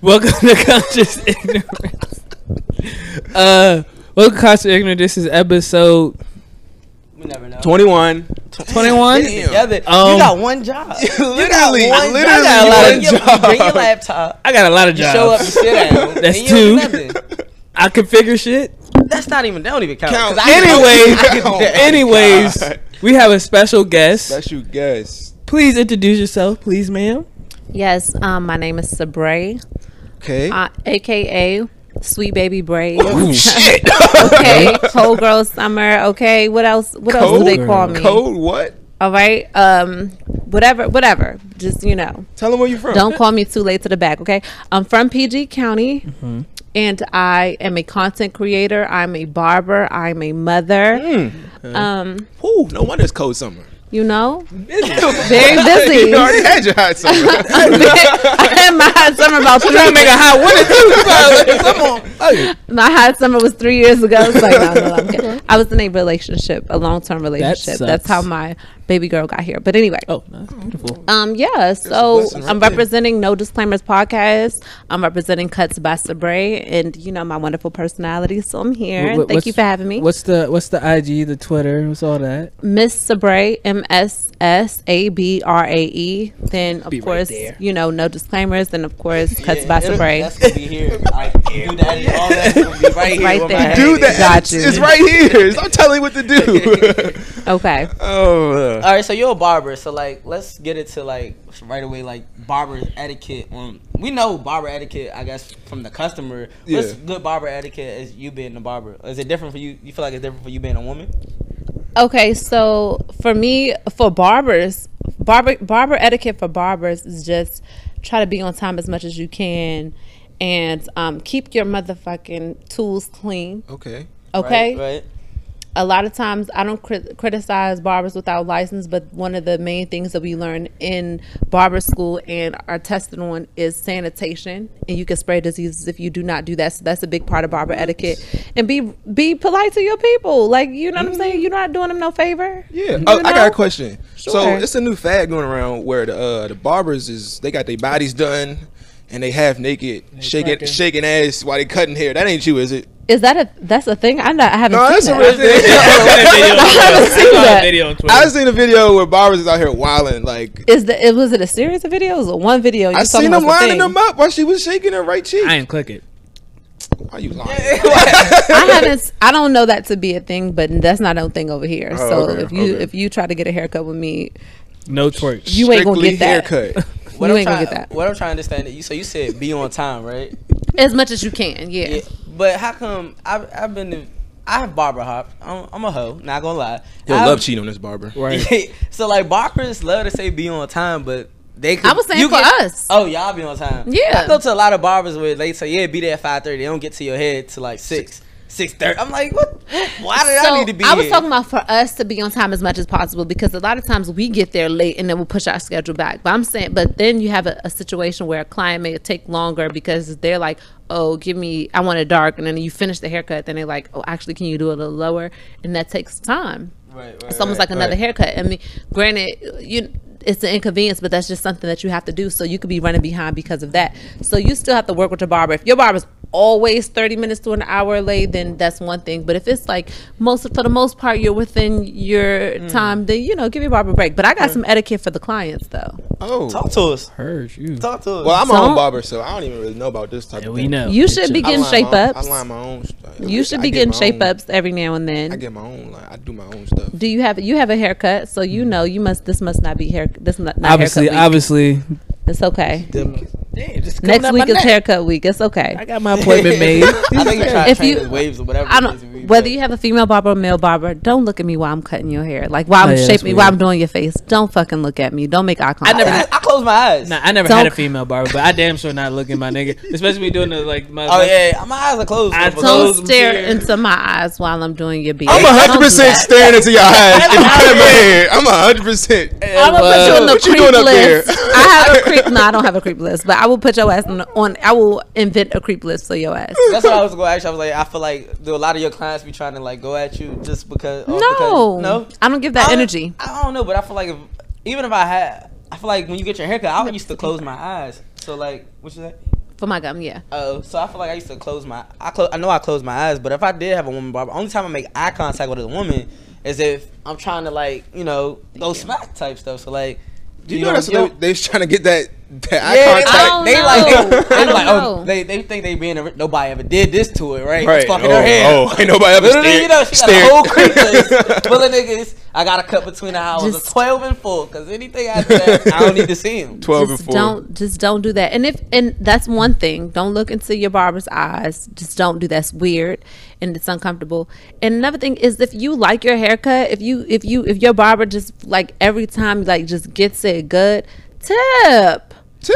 Welcome to Conscious Ignorance. Uh, welcome to Conscious Ignorance. This is episode We never know. 21. 21. Get it together. Um, you got one job. you got Literally, one literally job. You got a lot one of- you job. bring your laptop. I got a lot of You jobs. show up, you sit down. That's and you do two. nothing. I configure shit. That's not even. That don't even count. Count. 'cause I can- Anyways, I can do that. anyways, God. we have a special guest. That's you guess. Please introduce yourself, please, ma'am. Yes, um, my name is Sabre, Okay. uh, aka Sweet Baby Bray. Oh, shit. okay, Cold Girl Summer. Okay, what else? What else do they call me? Code what? All right, um, whatever, whatever. Just you know, Tell them where you from. don't call me too late to the back. Okay, I'm from PG County, Mm-hmm. and I am a content creator. I'm a barber. I'm a mother. Hmm. Um, Ooh, no wonder it's cold summer. you know, you very busy. already had your hot summer. I had my hot summer about three. make a hot winter Come on. My hot summer was three years ago. It's like, no, no, I'm kidding. I was in a relationship, a long term relationship. sucks. That's how my baby girl got here. But anyway, Oh, that's beautiful. um, yeah. So blessing I'm right there. representing No Disclaimers podcast. I'm representing Cuts by Sabre, and you know my wonderful personality. So I'm here. Wh- and wh- Thank you what's- for having me, What's the What's the IG, the Twitter, what's all that? Miss Sabre, M S S A B R A E. Then of Be right course, there. you know No Disclaimers, and of course Cuts Yeah, by it'll- Sabre. That's gonna be here. Like, you do that and all that's gonna be right here. Right with there. my Do hand. that. Got you. It's right here. Stop telling me what to do. Okay. oh. uh, All right, so you're a barber, so like, let's get it to like right away, like barber etiquette. Um, we know barber etiquette, I guess, from the customer. What's Yeah. good barber etiquette is you being a barber? Is it different for you? You feel like it's different for you being a woman? Okay, so for me, for barbers, barber barber etiquette for barbers is just try to be on time as much as you can, and um, keep your motherfucking tools clean. Okay. Okay, Right. right? a lot of times I don't crit- criticize barbers without license, but one of the main things that we learn in barber school and are tested on is sanitation, and you can spread diseases if you do not do that. So that's a big part of barber etiquette, and be be polite to your people. Like you know what I'm saying, you're not doing them no favor. Mm-hmm. Yeah. You Oh, I got know? a question. So Sure. it's a new fad going around where the uh, the barbers is they got their bodies done and they half naked, shaking cracking. shaking ass while they cutting hair. That ain't you, is it? Is that a that's a thing? I'm not. I haven't. No, seen that's a that. real thing. I haven't seen that. Video on Twitter. I seen a video where barbers is out here wilding. Like Is the it was it a series of videos or one video? I You're talking seen about them the lining thing. them up while she was shaking her right cheek. I ain't click it. Why you lying? I haven't. I don't know that to be a thing, but that's not a thing over here. Oh, so okay, if you okay. if you try to get a haircut with me, No twerk. You ain't gonna Strictly get that. haircut. What you I'm ain't trying, gonna get that What I'm trying to understand, that you so you said be on time, right? as much as you can. Yeah. Yeah, but how come I've, I've been to, I have barber hopped. I'm, I'm a hoe, not gonna lie. Yo, I've- love cheating on this barber. Right. so like barbers love to say be on time, but they could, I was saying you for get- us. Oh, y'all be on time. Yeah. I go to a lot of barbers where they say, yeah, be there at five thirty. They don't get to your head to like six, six thirty. I'm like, what? Why did So, I need to be? I was here? talking about for us to be on time as much as possible because a lot of times we get there late and then we'll push our schedule back. But I'm saying, but then you have a, a situation where a client may take longer because they're like, oh, give me, I want it dark. And then you finish the haircut. Then they're like, oh, actually, can you do it a little lower? And that takes time. Right, right, It's almost right, like another right. haircut. I mean, granted, you it's an inconvenience, but that's just something that you have to do. So you could be running behind because of that. So you still have to work with your barber. If your barber's always thirty minutes to an hour late, then that's one thing. But if it's like most for the most part you're within your Mm. time, then you know give your barber a break. But I got some etiquette for the clients though. Oh. Talk to us. Heard you. Talk to us. Well, I'm a So- own barber, so I don't even really know about this type And of we thing. know. You should be I getting line shape my own- I ups. line my own stuff. You should I be get getting my shape own- ups every now and I then. get my own. Like I do my own stuff. Do you have you have a haircut? So Mm. you know you must. This must not be hair. This not, not Obviously, haircut week. obviously. It's okay. Damn, just coming Next out week my is neck. haircut week. It's okay. I got my appointment made. I think you try to If train you- the waves or whatever. I it is, don't. we- Whether you have a female barber or male barber, don't look at me while I'm cutting your hair. Like while Oh, I'm yeah, that's shaping, while weird. I'm doing your face. Don't fucking look at me. Don't make eye I contact. never. I, close my eyes. Nah, I never Don't- had a female barber, but I damn sure not looking my nigga. Especially me doing the like my. Oh yeah, yeah, my eyes are closed. I But told- don't Close stare them here. into my eyes while I'm doing your beard. I'm Don't do 100 percent that. staring into your eyes and cutting my hair. I'm 100 percent. I'm gonna put you on the What you creep doing up list. there? I have a creep. No, I don't have a creep list, but I will put your ass on. on I will invent a creep list for your ass. That's what I was going to ask. you. I was like, I feel like do a lot of your clients be trying to like go at you just because? oh, No, because- no. I don't give I that don't- energy. I don't know, but I feel like if, even if I had, I feel like when you get your haircut, I used to close my eyes. So like, what you say? For my gum, yeah. Oh, so I feel like I used to close my. I close. I know I close my eyes, but if I did have a woman barber, only time I make eye contact with a woman is if I'm trying to like you know go you. smack type stuff. So like, Do you, know know that's you- what they, they was trying to get that that Yeah, eye I contact? don't they know. like, I they don't like, oh, know. they, they think they being a, nobody ever did this to it, right? Right. It's fucking oh, her hair. oh, ain't nobody ever Literally, stared. you know, she got stared. a whole creep list full of niggas. I got a cut between the hours of Just- 12 and 4, because anything after that, I don't need to see him. Twelve just and 4 don't just don't do that and if and that's one thing don't look into your barber's eyes just don't do that's weird and it's uncomfortable and another thing is if you like your haircut if you if you if your barber just like every time like just gets it good tip Tip.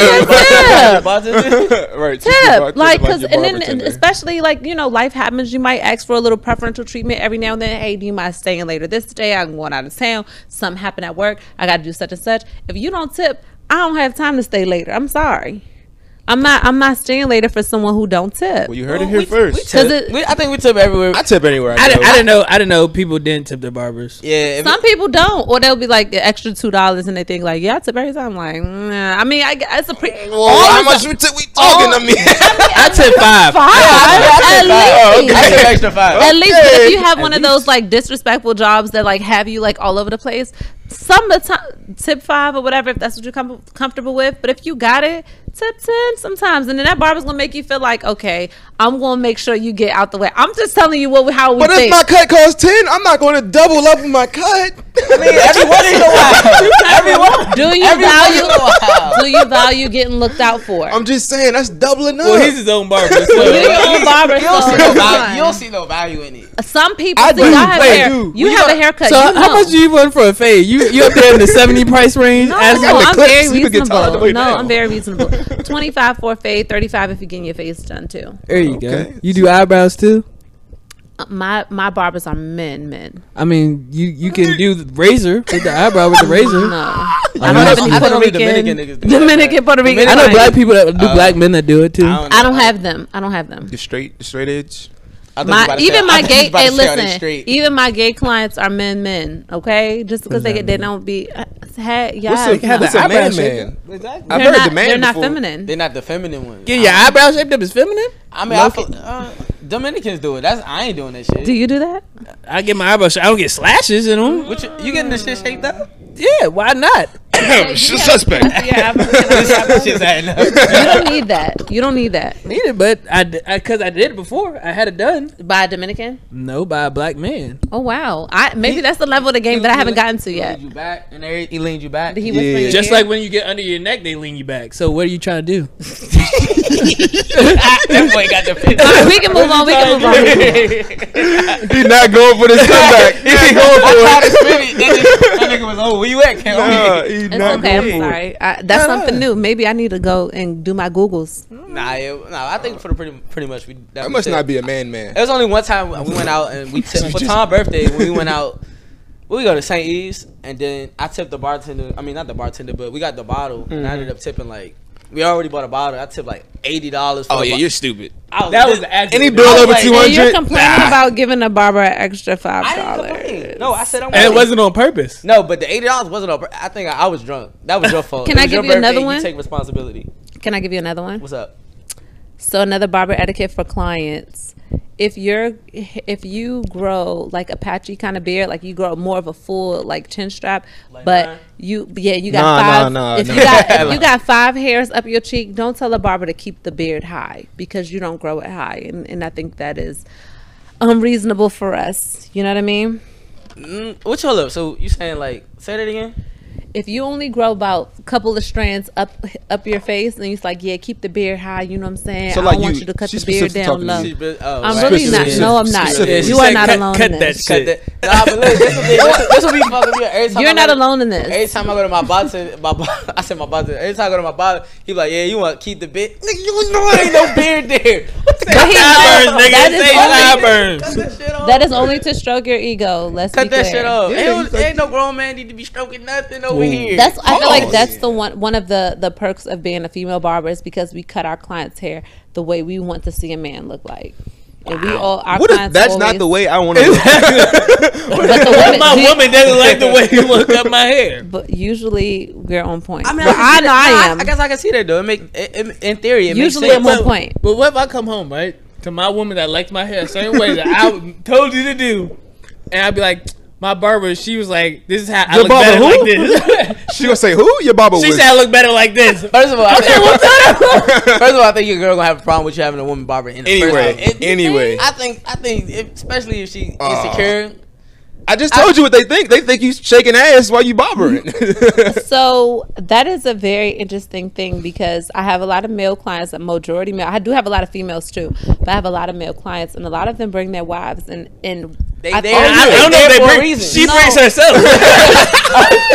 Yeah. About to- right. tip your bar- tip like your because and barber then tip, and man. especially like you know life happens you might ask for a little preferential treatment every now and then hey do you mind staying later this day i'm going out of town something happened at work i gotta do such and such if you don't tip i don't have time to stay later i'm sorry i'm not i'm not staying later for someone who don't tip well, you heard it We- here we- We, first. tip. tip. 'Cause it- We- I think we tip everywhere. I tip anywhere I, I, go. didn't, I didn't know. I didn't know people didn't tip their barbers. yeah. if some people don't, or they'll be like the extra two dollars, and they think like, "Yeah, I tip every time." I'm like, nah. I mean, I, gu- it's a pre. Oh, how all much is a- we, t- we talking? I mean, I tip five. five, I tip at five. least. I tip extra five. At least but Okay. if you have one of those like disrespectful jobs that like have you like all over the place, some of the time tip five or whatever if that's what you're com- comfortable with. But if you got it, tip ten sometimes, and then that barber's gonna make you feel like okay, I'm gonna make sure you get out the way. I'm just telling you what how we but if think. my cut costs ten, I'm not going to double up with my cut. I mean, every once in a while. Every once do you every once value? in a while. Do you value getting looked out for? I'm just saying that's doubling up. Well, he's his own barber. Well, So. you your barber, You don't see so no it's value- fine. you don't see no value in it. Some people, I I do. y'all have Wait, hair. you- You, you have got- a haircut. So you how know. much you want for a fade? You you up there in the seventy price range? No, Ask- got the I'm clips. very You could get tired of reasonable. it No, now. I'm very reasonable. 25 for a fade, 35 if you're getting your face done too. There you Okay. go. You do eyebrows too. Uh, My my barbers are men, men. I mean, you you can do the razor with the eyebrow with the razor. No, I I don't know have that's- any I don't Puerto really Rican, Dominican niggas do that. Dominican, Puerto Rican. I know like, black people that do Uh, black men that do it too. I don't have them. I don't have them. the straight, the straight edge. I thought you My about to say- even I my thought you gay. about to Hey, say all that listen. straight. Even my gay clients are men, men. Okay, just because they get they don't be uh, had. Y'all, What's a, no. what's a eyebrow man, shape. man? Exactly. I've They're heard not, the man they're not before. feminine. They're not the feminine ones. Get your eyebrow shaped up is feminine. I mean, I feel, uh, Dominicans do it. That's I ain't doing that shit. Do you do that? I get my eyebrows. I don't get slashes in them. What you, you getting this shit shaped up? Yeah, why not? Suspect. Yeah, this shit's adding up. you don't need that. You don't need that. Need it, but I because I, did it before. I had it done. By a Dominican? No, by a black man. Oh wow! I maybe that's the level of the game that I haven't gotten to yet. He leaned you back, and every- he leaned you back. Did he He, whisper in Yeah. your Just ear? like when you get under your neck, they lean you back. So what are you trying to do? that boy got the All fit. right, we can move on. We can move on. He's not going for this comeback. He ain't Tried to going for it. spin it. That nigga- that nigga was old. Where you at, Kel? Nah, he It's not going okay. I'm for it. sorry. I, that's No, no. something new. Maybe I need to go and do my googles. Nah, it, nah. I think for the pretty pretty much we. That must not be a man, man. There was only one time we went out and we tipped for Just- Tom's birthday when we went out. We go to St. Eve's and then I tipped the bartender. I mean, not the bartender, but we got the bottle and I ended up tipping like we already bought a bottle. I tipped like eighty dollars. Oh yeah, you're stupid. That was actually- Any bill I was over like- two And you're hundred. Ah. complaining about giving a barber an extra five I didn't complain. dollars. No, I said I'm. And it like- wasn't on purpose. No, but the eighty dollars wasn't up. I think I, I was drunk. That was your fault. Can It I was your give you another birthday. one? take responsibility. Can I give you another one? What's up? So another barber etiquette for clients. If you're if you grow like a patchy kind of beard, like you grow more of a full like chin strap, but mine? you yeah, you got Nah, five nah, nah, if nah. you got if you got five hairs up your cheek, don't tell a barber to keep the beard high because you don't grow it high and, and I think that is unreasonable for us. You know what I mean? Mm, what y'all up? So you saying like say that again? if you only grow about a couple of strands up up your face, and it's like, yeah, keep the beard high. You know what I'm saying? So, I like, don't want you- you to cut she's the beard specifically down talking to low. you. oh, I'm right. really not. Specifically. No, I'm not. Specifically. You She are said not cut- alone cut in that this. shit. Cut that. Nah, but look, this will be this will be fucking me up every time. I You're not go- alone in this. Every time I go to my bartender, my bar- I said my bartender. Every time I go to my barber, he be like, "Yeah, you want to keep the beard? Nigga, you know ain't no beard there. What the But he Sideburns, knows nigga. that Say is only sideburns. Cut that shit off. that is only to stroke your ego. Let's Cut be that clear. shit off. Yeah, ain't, you cut- ain't no grown man need to be stroking nothing over Ooh. here. That's I feel Pause. like that's the one one of the the perks of being a female barber is because we cut our clients' hair the way we want to see a man look like. And we all our What if clients that's always- not the way I want to? but the women- my do you- woman doesn't like the way you look at my hair. But usually we're on point. I mean, Well, I, can see know that. I No, am. I guess I can see that though. It make it, it, in theory, it Usually makes I'm sense. on point. But what if I come home, right, to my woman that liked my hair the same way that I told you to do, and I'd be like, my barber, she was like, this is how I Your look barber better who? like this. she gonna say who? Your barber she was. said I look better like this. First of all, I think, first of all, I think your girl gonna have a problem with you having a woman barber in the anyway, first place. It- anyway. Uh, I think I think if, especially if she Aw. insecure. I just told you what they think. They think you shaking ass while you bobbering. so that is a very interesting thing because I have a lot of male clients, a majority male. I do have a lot of females too, but I have a lot of male clients, and a lot of them bring their wives. And and They- I, they- oh, I I don't know There if they for a bring. reason. She No. brings herself.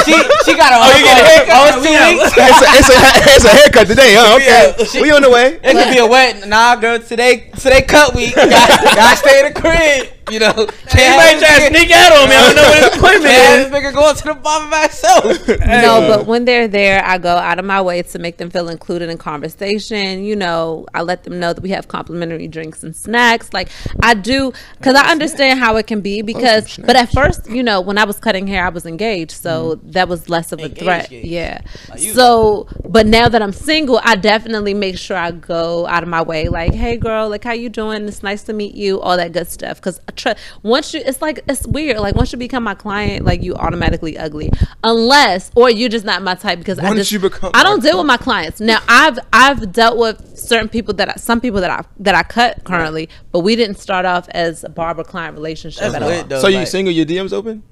she she got a Oh, you get a haircut? oh, it's We out. two weeks. it's, a, it's, a, it's a haircut today, huh? Okay, Yeah, she- we on the way. It could be a wet. Nah, girl, today today cut week. Gotta, gotta stay in the crib. You know, Anybody can't have, trying to sneak out on me? I don't know what the can't appointment have is. this nigga going to the barber by himself. No, but when they're there, I go out of my way to make them feel included in conversation. You know, I let them know that we have complimentary drinks and snacks. Like I do, because I understand how it can be. Because, but at first, you know, when I was cutting hair, I was engaged, so Mm-hmm. that was less of a Engaged, threat. engaged. Yeah. you- So, but now that I'm single, I definitely make sure I go out of my way. Like, hey, girl, like how you doing? It's nice to meet you. All that good stuff. Because tr- once you, it's like it's weird. Like once you become my client, like you automatically ugly, unless or you're just not my type. Because I Once just you become I don't my deal with my clients. Now I've I've dealt with certain people that I, some people that I that I cut currently, but we didn't start off as a barber client relationship That's at all lit though. so you like- single? Your DMs open?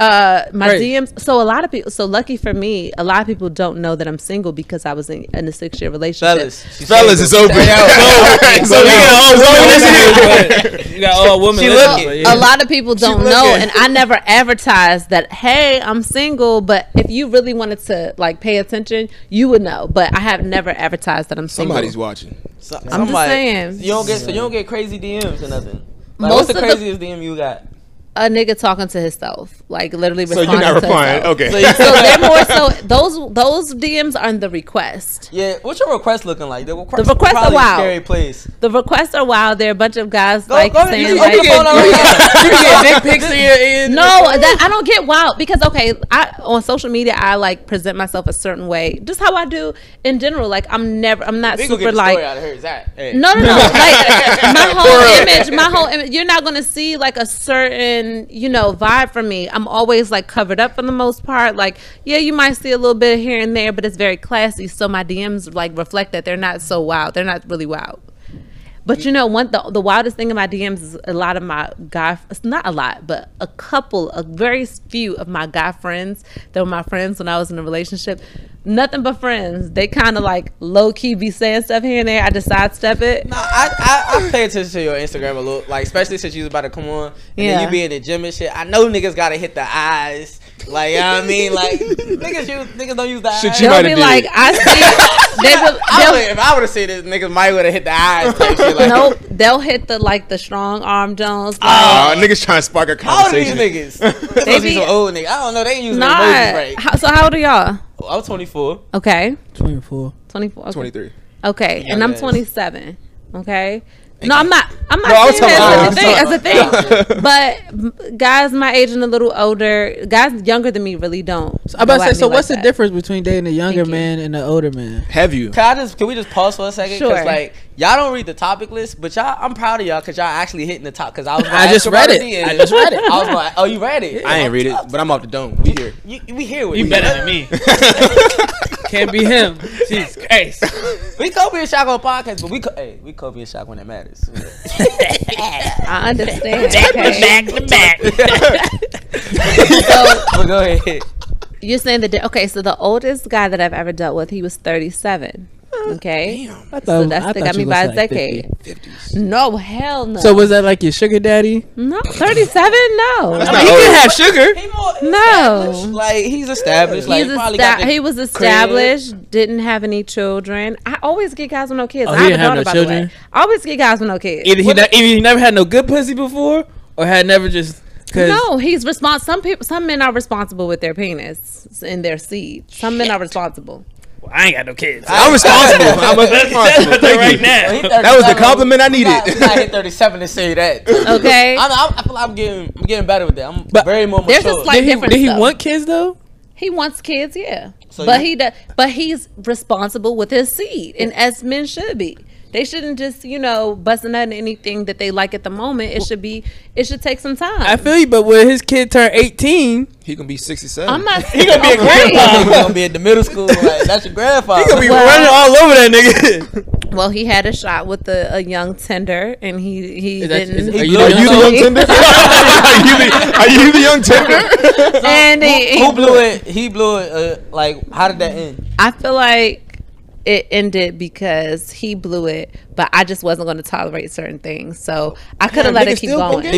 uh my Right. dms so a lot of people so lucky for me a lot of people don't know that i'm single because i was in, in a six year relationship fellas, she's Fellas, single. it's open. So we got all women listening. but You got all women She listening. looking. but a yeah. lot of people don't look know at- and i never advertised that hey i'm single but if you really wanted to like pay attention you would know but i have never advertised that i'm single Somebody's watching. So, I'm just saying. You don't get so you don't get crazy DMs or nothing. Like, Most what's the of the- craziest DM you got? a nigga talking to himself like literally So responding you're not to replying? himself. Okay. So you- so they're more so those those dms are the request Yeah, what's your request looking like? The request, The requests are probably wild. scary place. the requests are wild there are a bunch of guys Go, like go to, saying you, like, you, can get, you, can, you can get dick pics in your in No, that I don't get wild because okay, I on social media I like present myself a certain way, just how I do in general. Like I'm never, I'm not We gonna super get the like. story out of her. Is that? Hey. No, no, no. Like my For whole real. image, my whole image. You're not gonna see like a certain, you know, vibe from me. I'm always like covered up for the most part. Like, yeah, you might see a little bit here and there, but it's very classy. So my DMs like reflect that they're not so wild. They're not really wild. But you know, one the, the wildest thing in my DMs is a lot of my guy. It's not a lot, but a couple, a very few of my guy friends that were my friends when I was in a relationship. Nothing but friends. They kind of like low key be saying stuff here and there. I just sidestep it. No, I, I I pay attention to your Instagram a little, like especially since you was about to come on, and then Yeah. you be in the gym and shit. I know niggas gotta hit the eyes, like you know what I mean, like niggas use niggas don't use the Shit, eyes. you They'll might be have did like, it. I see. They will, I would, they'll, if I would have seen this, niggas might would have hit the eyes. Type shit, like, nope, they'll hit the like the strong arm Jones. Ah, niggas trying to spark a How old are these conversation. niggas? They they be- be some old niggas. I don't know. They ain't using Nah. emojis right. How- so how old are y'all? I'm 24. Okay, 24. twenty four. Okay. Twenty three. Okay, and I'm guys. 27. Okay. No, I'm not. I'm not No, I was saying that talking as a thing. As a thing. but m- guys my age and a little older, guys younger than me really don't. I'm about go to at say, me so like what's the that. difference between dating a younger Thank you. man and an older man? Have you? Can I just can we just pause for a second? Because Sure. like y'all don't read the topic list, but y'all I'm proud of y'all because y'all actually hitting the top. Because I was gonna I ask just about read the it. I DMs. just read it. I was like, oh, you read it? I ain't read it, but I'm off the dome. We here. You, you- we here with You you. better than me. Can't be him. Jesus Christ. We Kobe and Shaq on podcast, but we co- hey we Kobe and Shaq when it matters. I understand. okay. to back. So but go ahead. you're saying the di- okay, so the oldest guy that I've ever dealt with, he was 37. Uh, Okay. Damn. I thought, So that's that got me by a decade. Fifties. No, hell no. So was that like your sugar daddy? no 37? That's No. not he old. can have sugar. He more No. established. like he's established. Like He's he probably esta- got the he was crib. established, didn't have any children. I always get guys with no kids. Oh, I he have a didn't have daughter, no by the children? way. I always get guys with no kids. Either he, not, either he never had no good pussy before, or had never just. Cause No, he's responsible. Some people, some men are responsible with their penis and their seed. Some men are responsible. I ain't got no kids. I'm responsible. I'm responsible. That's right Thank you. now. Well, he That was the 37. compliment I We got- we got hit needed. 37 to say that. Okay. I'm, I'm, I feel like I'm getting, I'm getting better with that. I'm But very more there's a mature. slight- did he, different did he stuff. want kids though? He wants kids, yeah. So but you- he does, but he's responsible with his seed, and as men should be. They shouldn't just, you know, busting out anything that they like at the moment. It should be, it should take some time. I feel you, but when his kid turn 18, He gonna be 67. I'm not. He gonna be a grandpa. He's gonna be at the middle school. Like, that's your grandfather. he gonna be Well- running all over that nigga. Well, he had a shot with a, a young tender, and he he Is that- didn't. is- are Are you the young tender? are, you the, are you the young tender? and he- who, who blew it? He blew it. Uh, like, how did that end? I feel like it ended because he blew it, but I just wasn't going to tolerate certain things, so I could have let it keep going.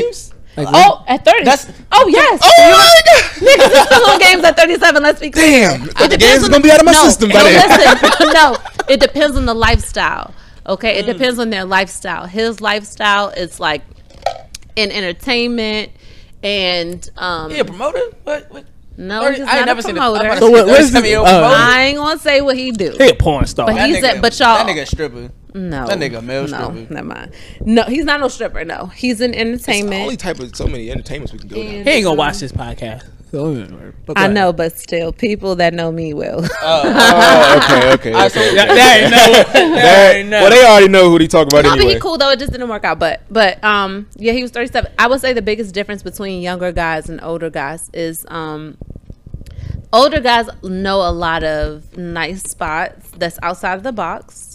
Oh, at thirty. That's- oh yes. Oh my god! Niggas is still on games at 37. Let's be clear. Damn, It the depends game's on gonna be out of my no, system by no, then. listen, no, it depends on the lifestyle. Mm. Okay, it depends on their lifestyle. His lifestyle is like in entertainment and um. He a promoter? What? what? No, Thirty- he's I ain't not never a seen a- promoter. I'm about So what- what is 37-year-old this- oh. promoter? I ain't gonna say what he do. he a porn star. But he- He's That a- nigga- but That y'all- nigga a stripper. No, That nigga a male no, stripper. never mind. No, he's not no stripper. No, he's in Only entertainment. type of so many entertainments we can go down. he ain't gonna watch this podcast. I know, but still, people that know me will. Oh, okay, okay. All right, so That, that ain't no. That That- ain't no. well, they already know who they talk about No, but anyway. he cool though. It just didn't work out. But but um yeah, he was 37. I would say the biggest difference between younger guys and older guys is um older guys know a lot of nice spots that's outside of the box.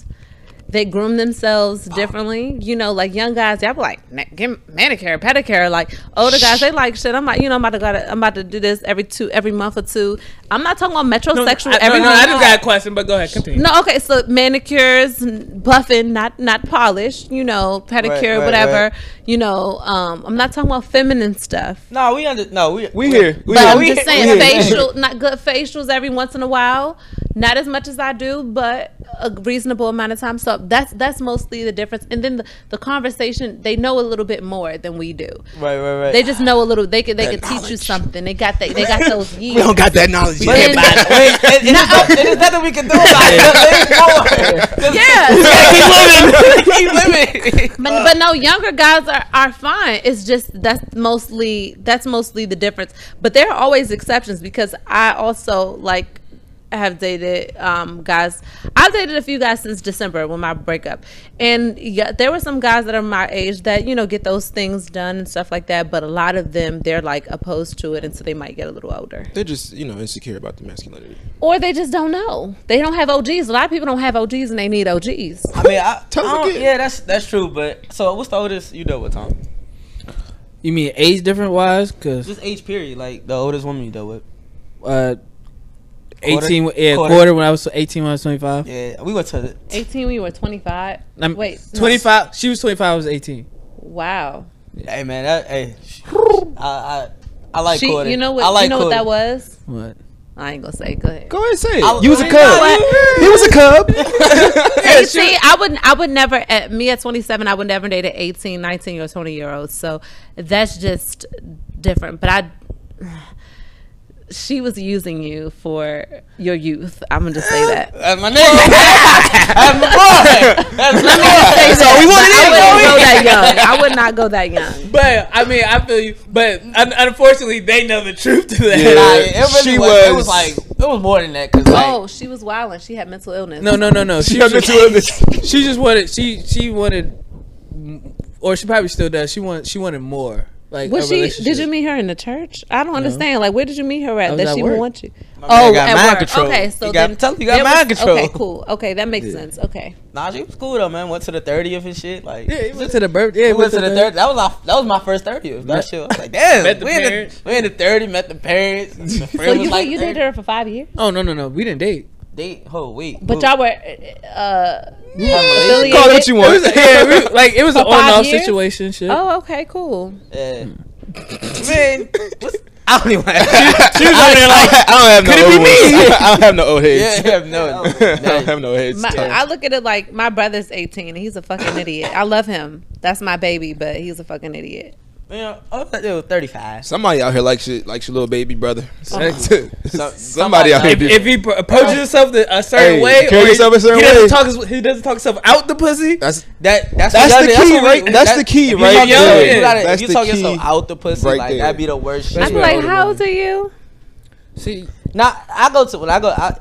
They groom themselves differently, you know. Like young guys, they be like "Na- get manicure, pedicure. Like older guys, they like shit. I'm like, you know, I'm about to go to, I'm about to do this every two every month or two. I'm not talking about metrosexual. I, every no, no, month. I just got a question, but go ahead, continue. No, okay. So manicures, n- buffing, not not polish. You know, pedicure, right, whatever. right. You know, um, I'm not talking about feminine stuff. No, we under. No, we we here. We But here. I'm we- just saying, we- facial, not good facials every once in a while. Not as much as I do, but a reasonable amount of time. So that's that's mostly the difference. And then the, the conversation, they know a little bit more than we do. Right, right, right. They just know a little. They could they That could teach you knowledge. something. They got they, they got those years. We don't got that knowledge But yet. it, Yeah, bye. but it, it, it, is, not- it is nothing we can do about it. There's more. yeah. Keep living. But, but no, younger guys are, are fine. It's just that's mostly that's mostly the difference. But there are always exceptions because I also like have dated um, guys. I've dated a few guys since December when my breakup, and yeah, there were some guys that are my age that you know get those things done and stuff like that. But a lot of them they're like opposed to it, and so they might get a little older, They're just you know insecure about the masculinity. or they just don't know. They don't have OGs. A lot of people don't have OGs, and they need OGs. I mean, I, Tell I us don't- again. yeah, that's that's true. But so, what's the oldest you dealt with, Tom? You mean age different wise? Cause Just age period, like the oldest woman you dealt with. uh, Quarter? eighteen, yeah, Quarter. quarter. when I was eighteen, when I was twenty-five. Yeah, we went to. the- Eighteen, we were twenty five. I'm- Wait, no. twenty-five. She was twenty-five. I was eighteen. Wow. Hey man, that, hey, sh- I, I I like she, Cordy. you know what? I like you know what Cordy. that was? What? I ain't gonna say. Go ahead. Go ahead, and say it. I'll- you was a I- cub. What? He was a cub. You see, I wouldn't. I would never. At me at 27, I would never date an 18, 19 or 20 year old. So that's just different. But I. She was using you for your youth. I'm gonna just say that. That's my nigga. That's my boy. That's my boy. That's all we wanted. I is wouldn't go that young. I would not go that young. But I mean, I feel you. But un- unfortunately, they know the truth to that. Yeah. Nah, it really She was, It was was- like it was more than that. Cause like, Oh, she was wild and she had mental illness. No, no, no, no. She, She got was just, the two of this. she just wanted. She she wanted, or she probably still does. She wanted. She wanted more. Like Was a she? relationship. Did you meet her in the church? I don't understand. Like, where did you meet her I at was that at she would work. want you? man got Oh, at mind work. control. Okay, so He got- then tell you got there mind was- control. Okay, cool. Okay, that makes sense. Okay, nah, she was cool though, man. Went to the thirtieth and shit. Like, Yeah, it went to the birthday. Yeah, We went to the third. That was our, that was my first thirtieth. That Met- shit. I was like, damn. Met the we, in the, parents. we in the thirty. Met the parents. The so friend was you like you 30. dated her for five years, Oh no no no! We didn't date. They, oh wait. but Ooh. y'all were uh, Yeah. Call it what you It was want. yeah, we, like it was an For five on-off years? situation. Shit. Oh, okay, cool. Yeah. Man, what's, I don't even. Have, She was over there like, I don't have no Could it old be ones. me? I don't have no old yeah, heads. I have no. I don't have no heads. My, I look at it like my brother's eighteen. And he's a fucking idiot. I love him. That's my baby, but he's a fucking idiot. Man, I thought they were 35. Somebody out here likes your, likes your little baby brother. Exactly. somebody out here. If, if do. he pr- approaches himself the- a certain Hey, way, carry or yourself he, a certain he doesn't way. talk his, he doesn't talk himself out the pussy. That's That that's, That's what the y'all- key, what we- right- that's the key if you right talk yourself- there. you gotta- That's if you the talk yourself key out the pussy, right like there. that'd be the worst That's I'm what shit. I like, would've how done. old are you? See, Nah, I go to when I go I,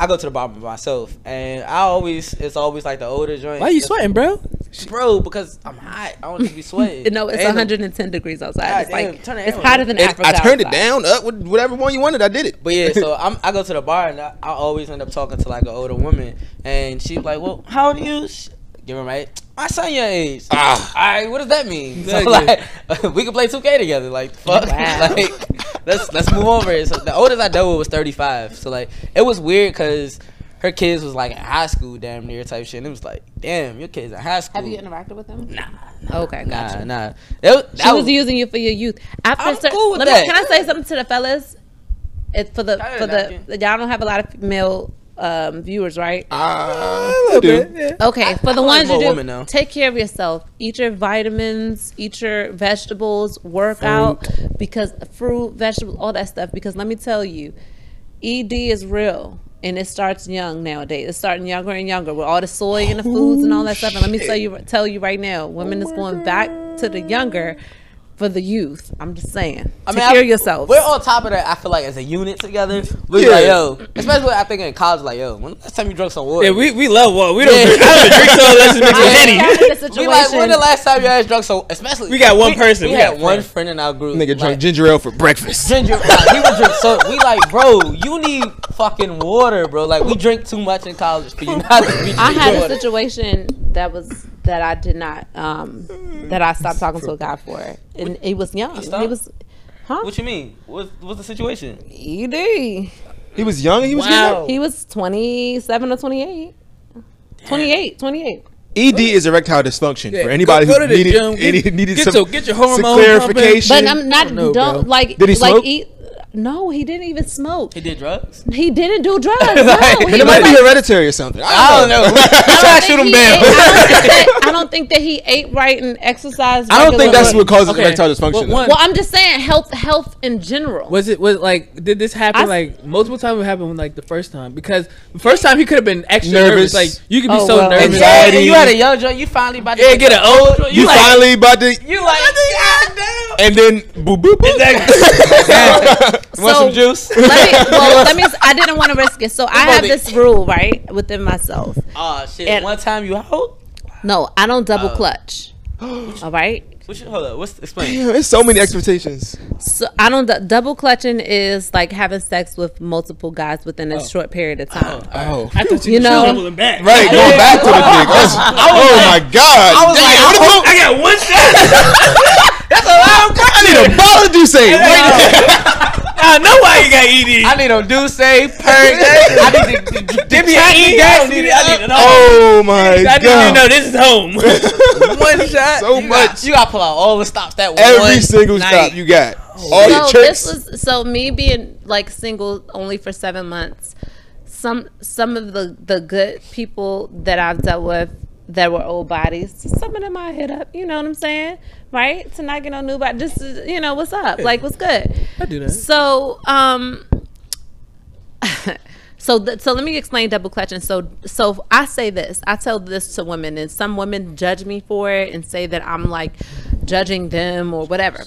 I go to the barber myself, and I always it's always like the older joint. why you sweating, bro? bro? Because I'm hot. I don't need to be sweating. No, it's Ain't 110 degrees outside. God it's damn, like turn the it's air hotter on. than And Africa. I turned it outside. down up with whatever one you wanted. I did it. But yeah, so I'm, I go to the bar and I, I always end up talking to like an older woman, and she like, "Well, how old are you?" Sh- Give her my my son your age. Ah. All right, what does that mean? So, Exactly. like, we can play 2K together. Like fuck, Wow. like let's let's move over. it. So the oldest I dealt with was 35. So like it was weird because her kids was like in high school, damn near type shit. And it was like, damn, your kids in high school. Have you interacted with them? Mm. Nah. Okay, gotcha. nah, nah. That was, She that was was, using you for your youth. After I'm cer- cool with let that. Me, can I say something to the fellas? It, for the Y'all for didn't the like y'all don't have a lot of male um, viewers, right? Ah, A little dude. bit, yeah. Okay, for the I'm ones more you do, woman now. take care of yourself. Eat your vitamins, eat your vegetables, work out because fruit, vegetables, all that stuff. Because let me tell you, ED is real. And it starts young nowadays. It's starting younger and younger with all the soy and the Oh, foods and all that stuff. And let me tell you, tell you right now, women is going back to the younger for the youth. I'm just saying, I take care I- of yourself. We're on top of that. I feel like as a unit together, we Yeah. like yo, especially I think in college, like yo, when the last time you drunk some water? Yeah, we, we love water. We don't Yeah. drink. I don't drink so unless it's I Henny. understand the We like when the situation. last time you guys drunk some? Especially We got one person. We, We had got one friends. friend in our group. Nigga like, drank ginger ale for breakfast. Ginger, like, we would drink so we like, bro, you need fucking water, bro. Like we drink too much in college for you not to be I had drinking a water. situation that was that I did not um that I stopped talking to a guy for, and he was young. He stopped? was, huh? E What you mean? What what's the situation? ED. He was young. and He was Wow. He was twenty seven or twenty eight. 28, 28. getting ED E is erectile dysfunction Yeah, for anybody go- go who to the needed, gym, any, get- needed get some, your- get your some hormone clarification. But I'm not don't know, don't bro. like Did he like smoke? eat. No, he didn't even smoke. He did drugs. He didn't do drugs. No, Like, he But it was might be like- hereditary or something. I don't know. I I don't try think to shoot he him ate- I down. don't think that- I don't think that he ate right and exercised. I don't think that's regularly. what causes Okay. erectile dysfunction. Well, though. one- Well, I'm just saying health, health in general. Was it was like did this happen I- like multiple times? It happened like the first time because the first time he could have been extra nervous. Nervous. Like you could be Oh, so well. nervous. Yeah, Anxiety. and you had a young joint. You finally about to Yeah, get an old. you like, finally about to, You like goddamn. and then boop boop. boop. Want some juice? let me, well, let me. I didn't want to risk it, so I have Bobby. this rule right within myself. Oh shit! And- One time you out? No, I don't double Uh. Oh. clutch. All right, What you, hold up. What's explain? Damn, it's so many expectations. so I don't du- double clutching is like having sex with multiple guys within a short period of time. Oh. I thought you, You you know. know doubling back. Right, go back to the dick. That's, oh my god! I was Damn, like, what I about- I got one shot. I need a bottle of Duce. Wait, I know why you got ED. I need a do say perk. I need to give me any E gas. I need it. I need it. all. Oh my I didn't even know god! this is home. One shot. So you much. Got, you got to pull out all the stops that Every one single night. stop you got, all your so this tricks. was so me being like single only for seven months. Some some of the the good people that I've dealt with that were old bodies, some of them I hit up. You know what I'm saying, right? To not get no new body, just to- you know what's up, like what's good. I do that. So um, so th- so let me explain double clutching. So so I say this, I tell this to women, and some women judge me for it and say that I'm like judging them or whatever.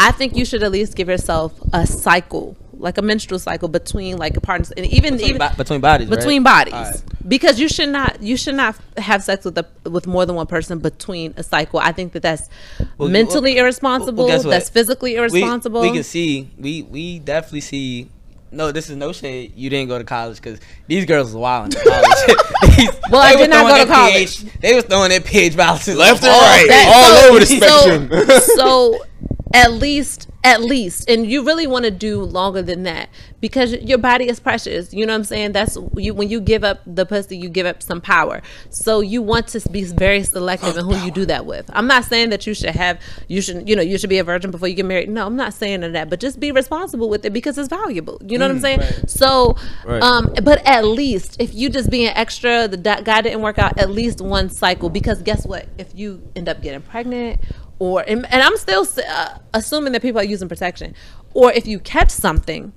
I think you should at least give yourself a cycle, like a menstrual cycle between like a partner, and even even Bo- between bodies. right? between bodies right. because you should not you should not have sex with a with more than one person between a cycle i think that that's Well, mentally well, irresponsible well, guess what? that's physically We- irresponsible We, can see. We we definitely see. No, this is no shade. You didn't go to college because these girls was wild in college. These- Well, I they was did not throwing go to their college. PH they was throwing their pH balances Left and all right, day. That- all so- over the so- spectrum. so at least at least and you really want to do longer than that because your body is precious you know what i'm saying that's you when you give up the pussy you give up some power so you want to be very selective in who you do that with i'm not saying that you should have you should you know you should be a virgin before you get married no i'm not saying that but just be responsible with it because it's valuable you know what i'm saying so um but at least if you just being extra the da- guy didn't work out at least one cycle because guess what if you end up getting pregnant or and, and I'm still s- uh, assuming that people are using protection, or if you catch something,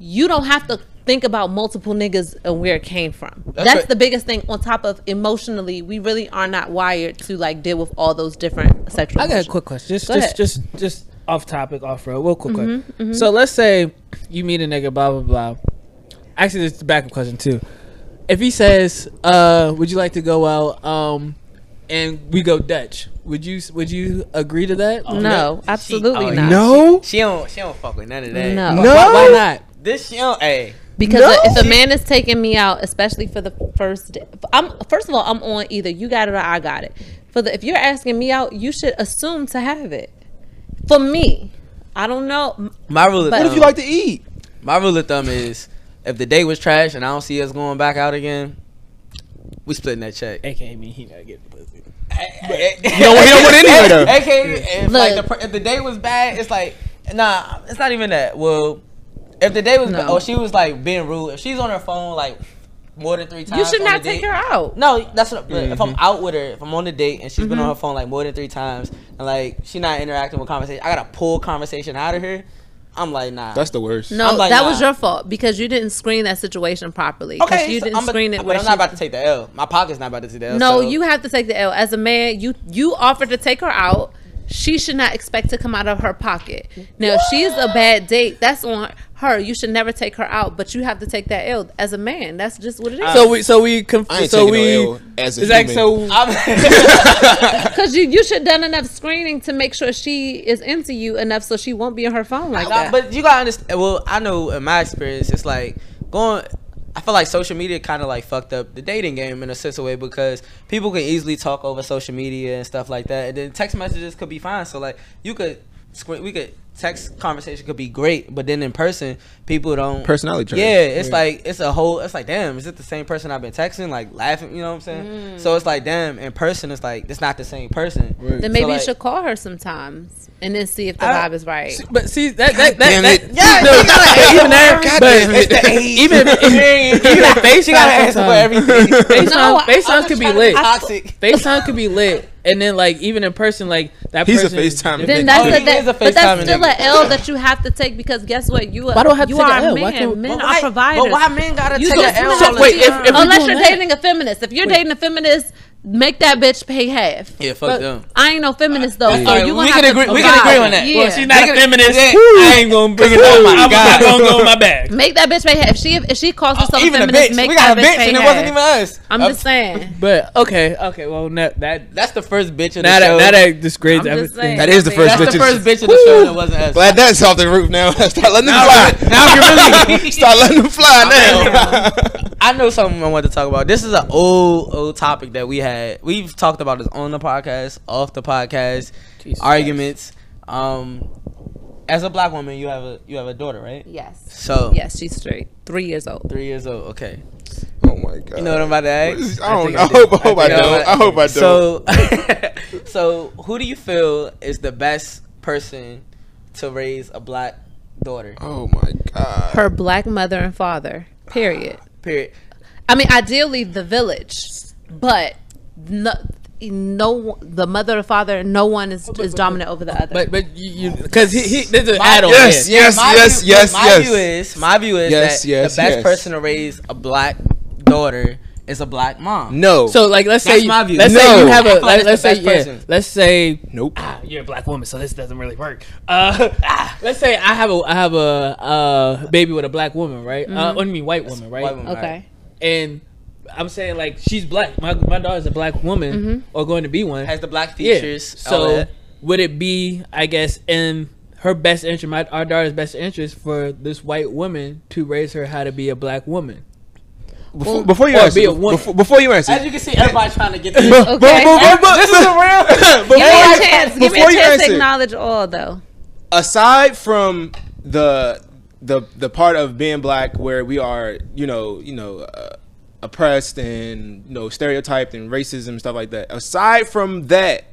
you don't have to think about multiple niggas and where it came from. That's, what- the biggest thing. On top of emotionally, we really are not wired to like deal with all those different sexual. I got a emotions. quick question. Just, Go just, ahead. Mm-hmm, just, just off topic, off road. Real quick. question. So let's say you meet a nigga, blah blah blah. Actually, this is the backup question too. If he says, uh, "Would you like to go out?" Um, and we go Dutch. Would you would you agree to that? Oh. No, She- absolutely oh, not. No, She don't she don't fuck with none of that. No. Why, why not? This she don't hey. Because No. if a man is taking me out, especially for the first day, I'm first of all, I'm on either you got it or I got it. For the if you're asking me out, you should assume to have it. For me, I don't know. My rule of But- thumb, What if you like to eat, my rule of thumb is if the date was trash and I don't see us going back out again, we splitting that check. AKA me, he not getting pussy. you don't- you don't want any of them. AKA, if, like the, Look. per- if the date was bad, it's like nah, it's not even that. Well, if the date was bad, No. oh she was like being rude. If she's on her phone like more than three times, You should on the not take date- her out. No, that's what. But If I'm out with her, if I'm on a date and she's Mm-hmm. been on her phone like more than three times, and like she's not interacting with conversation, I gotta pull conversation out of her. I'm like, nah. that's the worst. No, I'm like, that nah. was your fault because you didn't screen that situation properly. 'Cause you so didn't I'm, a- screen it. but where I'm not she- about to take the L. My pocket's not about to take the L. no, so- you have to take the L. As a man, you you offered to take her out. She should not expect to come out of her pocket. Now, if she's a bad date, that's on her. You should never take her out, but you have to take that L as a man. That's just what it Uh, is. So we, so we, conf- Uh, I ain't so taking we, no L as a exactly. human. So I'm, Because you you should done enough screening to make sure she is into you enough so she won't be on her phone like Nah, that. but you gotta understand. Well, I know in my experience, it's like going. I feel like social media kind of like fucked up the dating game in a sense of way because people can easily talk over social media and stuff like that, and then text messages could be fine. So like you could screen, we could text conversation could be great, but then in person people don't Personality traits. Yeah, it's like it's a whole. It's like damn, is it the same person I've been texting? Like laughing, you know what I'm saying? Mm. So it's like damn, in person it's like it's not the same person. then So, maybe like- you should call her sometimes and then see if the I- vibe is right. but see that that that, damn that, it. Yeah, no, you gotta- even there, God but damn it. It's the age. even even gotta- FaceTime she gotta answer for sometimes. everything. FaceTime, No, I- FaceTime I'm could just be trying to lit. Toxic. FaceTime could be lit, and then like even in person, like that. He's a person FaceTime nigga. Then Oh, that's a, he that, is a but that's FaceTiming still nigga. an L that you have to take because guess what? You a, Why do I have to you take are an a L? Why can't- man. Men But are why- providers. But why men gotta You take so an L? smart. all So wait, the if- time? if- we Unless doing you're that- dating a feminist. If you're dating a feminist, make that bitch pay half. yeah, fuck them. I ain't no feminist though, so Alright, you we gonna can have agree- to we can provide. agree on that. Yeah. Well, she's not Nigga, a feminist. yeah. I ain't gonna bring it Oh up. Oh, My, I'm God. not gonna go in my bag. Make that bitch pay half. She if, if she calls herself Even a a feminist, bitch. make We that got a bitch, bitch, pay and it half. wasn't even us. I'm Uh, just saying. But okay, okay. Well, that that That's the first bitch of the now show. that now that I'm disgrades just saying. everything. That is the first that's bitch the of the first bitch of the show that wasn't us. Glad that's off the roof now. Start letting them fly. Now if you really- Start letting them fly now. I know something I want to talk about. This is an old, old topic that we had. We've talked about this on the podcast, off the podcast, Jesus arguments. Um, as a black woman, you have a you have a daughter, right? Yes. So Yes, she's straight. Three years old. three years old. Okay, oh my god. you know what I'm about to ask. I don't think know. I hope- I hope I think don't. I hope I So, so who do you feel is the best person to raise a black daughter? Oh my god. Her black mother and father. Period. Period. I mean, ideally the village, but no, no the mother or father, no one is, is dominant over the other. But but you because he, he there's an My- add on. Yes, there. yes, my yes, view, yes, my yes. view is my view is Yes, that yes, the best yes. person to raise a black daughter is a black mom. no. So like let's say That's you- my view. let's say No. you have I a feel like like, let's that's the say best yeah, person. let's say nope. ah, you're a black woman, so this doesn't really work. Uh, ah, let's say I have a I have a uh, baby with a black woman, right? Uh, Mm-hmm. I mean white woman, right? white woman. okay. And I'm saying like she's black. My my daughter's a black woman Mm-hmm. or going to be one. Has the black features. Yeah. So would it be, I guess, in her best interest, my, our daughter's best interest, for this white woman to raise her how to be a black woman? Before, before you or answer, be a woman. before, before you answer, as you can see, everybody trying to get Bu- this. bu- Okay. bu- bu- bu- this is a real. before Give me you- a chance. Give me a before you chance to answer, acknowledge all though. aside from the the the part of being black where we are you know you know uh, oppressed and you know stereotyped and racism and stuff like that aside from that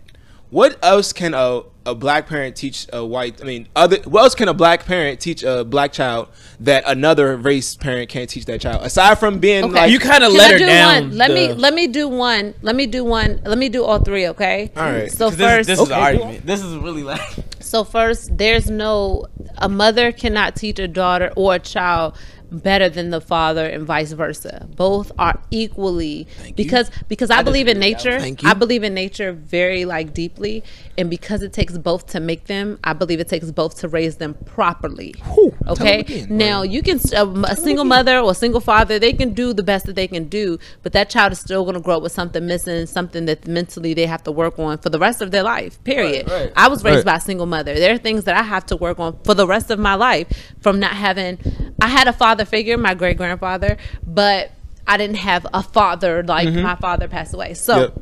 what else can a a black parent teach a white? I mean, other what else can a black parent teach a black child that another race parent can't teach that child? Aside from being Okay. like, You kind of Can let I her do down. One? Let me the- let me do one. Let me do one. Let me do all three. Okay. All right. So 'Cause This, first, is- this is an argument. This is really like so first, there's no a mother cannot teach a daughter or a child better than the father and vice versa both are equally because because i, believe in nature Thank you. i believe in nature very like deeply and because it takes both to make them i believe it takes both to raise them properly okay again. now you can a, a single mother or a single father they can do the best that they can do but that child is still going to grow up with something missing something that mentally they have to work on for the rest of their life period right. i was raised Right. by a single mother there are things that i have to work on for the rest of my life from not having i had a father figure my great grandfather but i didn't have a father like my father passed away so Mm-hmm.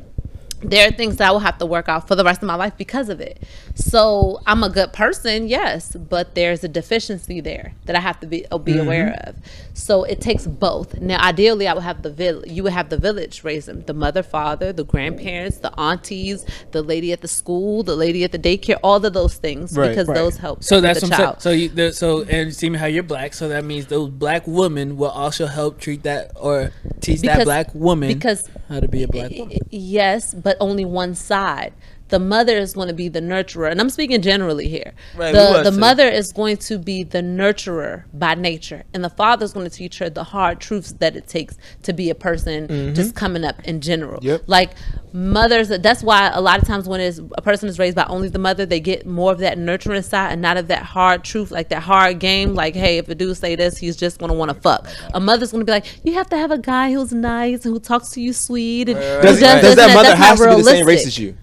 Yep. there are things that I will have to work out for the rest of my life because of it. So I'm a good person, yes, but there's a deficiency there that I have to be uh, Mm-hmm. be aware of. So it takes both. Now, ideally, I would have the village. You would have the village raise them: the mother, father, the grandparents, the aunties, the lady at the school, the lady at the daycare, all of those things Right, because right. those help. So that's the what I'm saying. child. So you, the, so and seeing how you're black, so that means those black women will also help treat that or teach that Because- black woman because- how to be a black Y- woman. y- Yes, but only one side. The mother is going to be the nurturer, and I'm speaking generally here. Right, we the was the too. mother is going to be the nurturer by nature, and the father is going to teach her the hard truths that it takes to be a person Mm-hmm. just coming up in general. Yep. Like mothers, that's why a lot of times when is a person is raised by only the mother, they get more of that nurturing side and not of that hard truth, like that hard game. Like, hey, if a dude say this, he's just going to want to fuck. A mother's going to be like, you have to have a guy who's nice and who talks to you sweet and Right, does, right, that- right. does that that- mother that's have to not be the same race realistic. as you?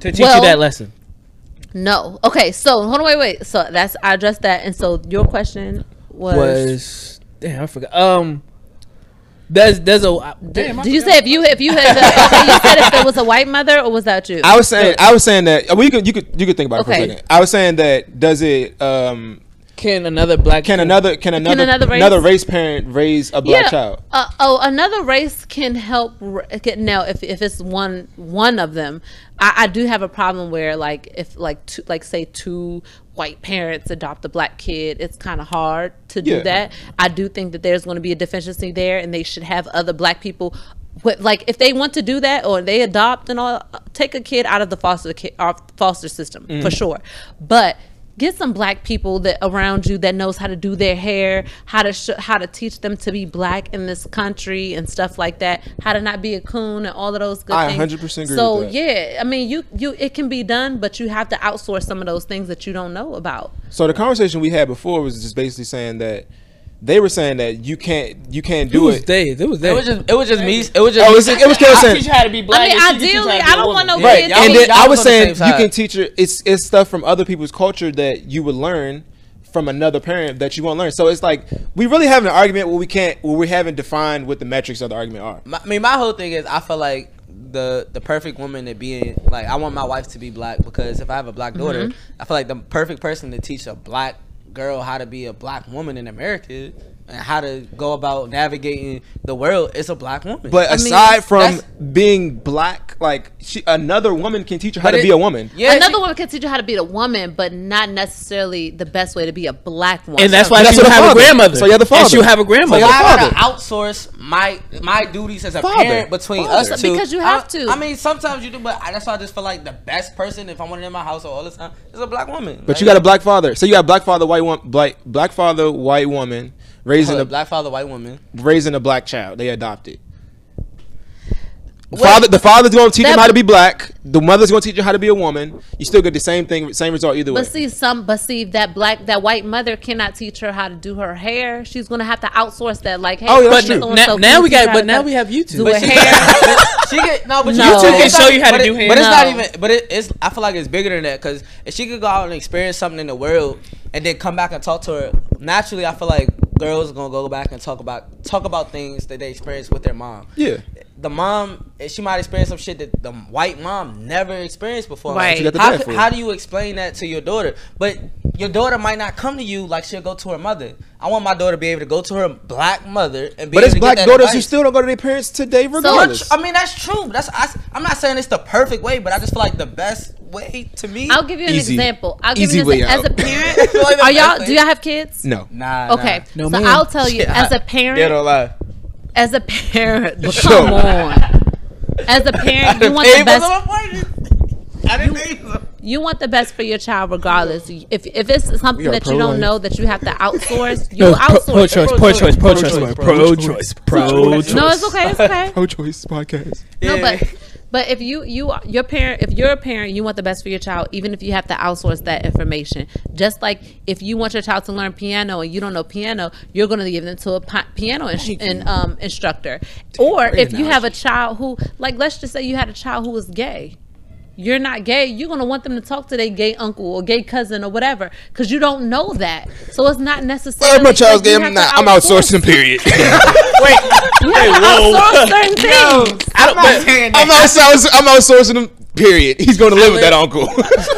To teach well- you that lesson. No. Okay. So hold on. Wait. Wait. So that's I addressed that, and so your question was. was damn I forgot. Um, there's there's a I- damn. I did you forgot. say if you if you had okay, you said if there was a white mother or was that you? I was saying, I was saying that. Well, you could, you could, you could think about it for Okay. a second. I was saying that. Does it? Um, can another black can woman- another, can another, another race- another race parent raise a black yeah. child? Uh, oh, another race can help. r- Can, now, if if it's one one of them, I, I do have a problem where like if like two, like say two white parents adopt a black kid, it's kind of hard to do Yeah. that. I do think that there's going to be a deficiency there, and they should have other black people. But like, if they want to do that, or they adopt and all, take a kid out of the foster ki- uh, foster system for Mm. sure. But get some black people that around you that knows how to do their hair, how to sh- how to teach them to be black in this country and stuff like that, how to not be a coon and all of those good I things. 100% agree So with that. yeah, I mean, you you it can be done, but you have to outsource some of those things that you don't know about. So the conversation we had before was just basically saying that they were saying that you can't, you can't It do was it. they. It was they. it was just it was just me. It was just Oh, me- it's- it was Carol I saying- teach you how to be black. I mean, and she teach you how to be ideally, a I don't woman. want no Right. kid Y'all and was- then y'all I was on the same saying you side. can teach your it's it's stuff from other people's culture that you would learn from another parent that you won't learn. So it's like we really have an argument where we can't where we haven't defined what the metrics of the argument are. My, I mean, my whole thing is I feel like the the perfect woman to be in, like I want my wife to be black because if I have a black daughter, Mm-hmm. I feel like the perfect person to teach a black girl how to be a black woman in America and how to go about navigating the world is a black woman. But mean, aside from that's- being black, like she, another woman can teach her how But to it- be a woman. yeah, Another she- woman can teach you how to be a woman, but not necessarily the best way to be a black woman. and that's why That's she what would the have father- a grandmother. so you're the And she would father. have a grandmother. you're the I gotta father. outsource my my duties as a Father. parent between Father. us two Because you have I- to. I, mean, sometimes you do, but I, that's why I just feel like the best person, if I'm in my household all the time, is a black woman. But you got a black father. So you got black father, white woman, black black father, white woman raising a a black father, white woman. raising a black child. They adopted. The Well, father, the father's going to teach that- him how to be black. The mother's going to teach you how to be a woman. You still get the same thing, same result either way. But see, some but see that black that white mother cannot teach her how to do her hair. She's gonna have to outsource that. Like, hey, Oh, yeah, Mr. that's true. So-and-so, Now- can now you we teach got- her how but to now cut- we have YouTube. Do But a she- hair. she could no, but No. you YouTube can show you how to but do it- hair. But it's not No. even. But it, it's. I feel like it's bigger than that because if she could go out and experience something in the world and then come back and talk to her naturally, I feel like girls gonna go back and talk about talk about things that they experienced with their mom. yeah, The mom, eh, she might experience some shit that the white mom never experienced before. Right. She got the how, bag could- for it. how do you explain that to your daughter? But your daughter might not come to you like she'll go to her mother. I want my daughter to be able to go to her black mother and be able but it's to black get that daughters who advice. still don't go to their parents today, Well, regardless. tr- I mean, that's true. That's I, am not saying it's the perfect way, but I just feel like the best way to me. I'll give you an Easy. example. I'll give Easy you an way example. As out. a parent, are y'all? Do y'all have kids? No. nah. Okay, No, so ma'am. I'll tell you. Yeah. As a Yeah, don't parent, lie. as a parent, Sure. come on. As a parent, you want the best I didn't pay for them. you want the best for your child regardless. If if it's something We are that you don't pro-life. know that you have to outsource, you No, pro, outsource. pro it. choice, pro choice, pro choice, pro choice, pro choice. No, it's okay. It's okay. Pro choice podcast. No, Yeah. but but if you you are- your parent if you're a parent, you want the best for your child, even if you have to outsource that information. Just like if you want your child to learn piano and you don't know piano, you're going to give them to a pi- piano ins- in, um, instructor. Or if you have a child who, like, let's just say you had a child who was gay. You're not gay. You're gonna want them to talk to their gay uncle or gay cousin or whatever, because you don't know that. So it's not necessarily. Well, my child's like, you game. have to Nah, I'm outsource- outsourcing. Period. Wait, You have to outsource certain things. I don't. I'm But, saying I'm that. outsourcing. I'm outsourcing him. Period. He's going to live with that uncle.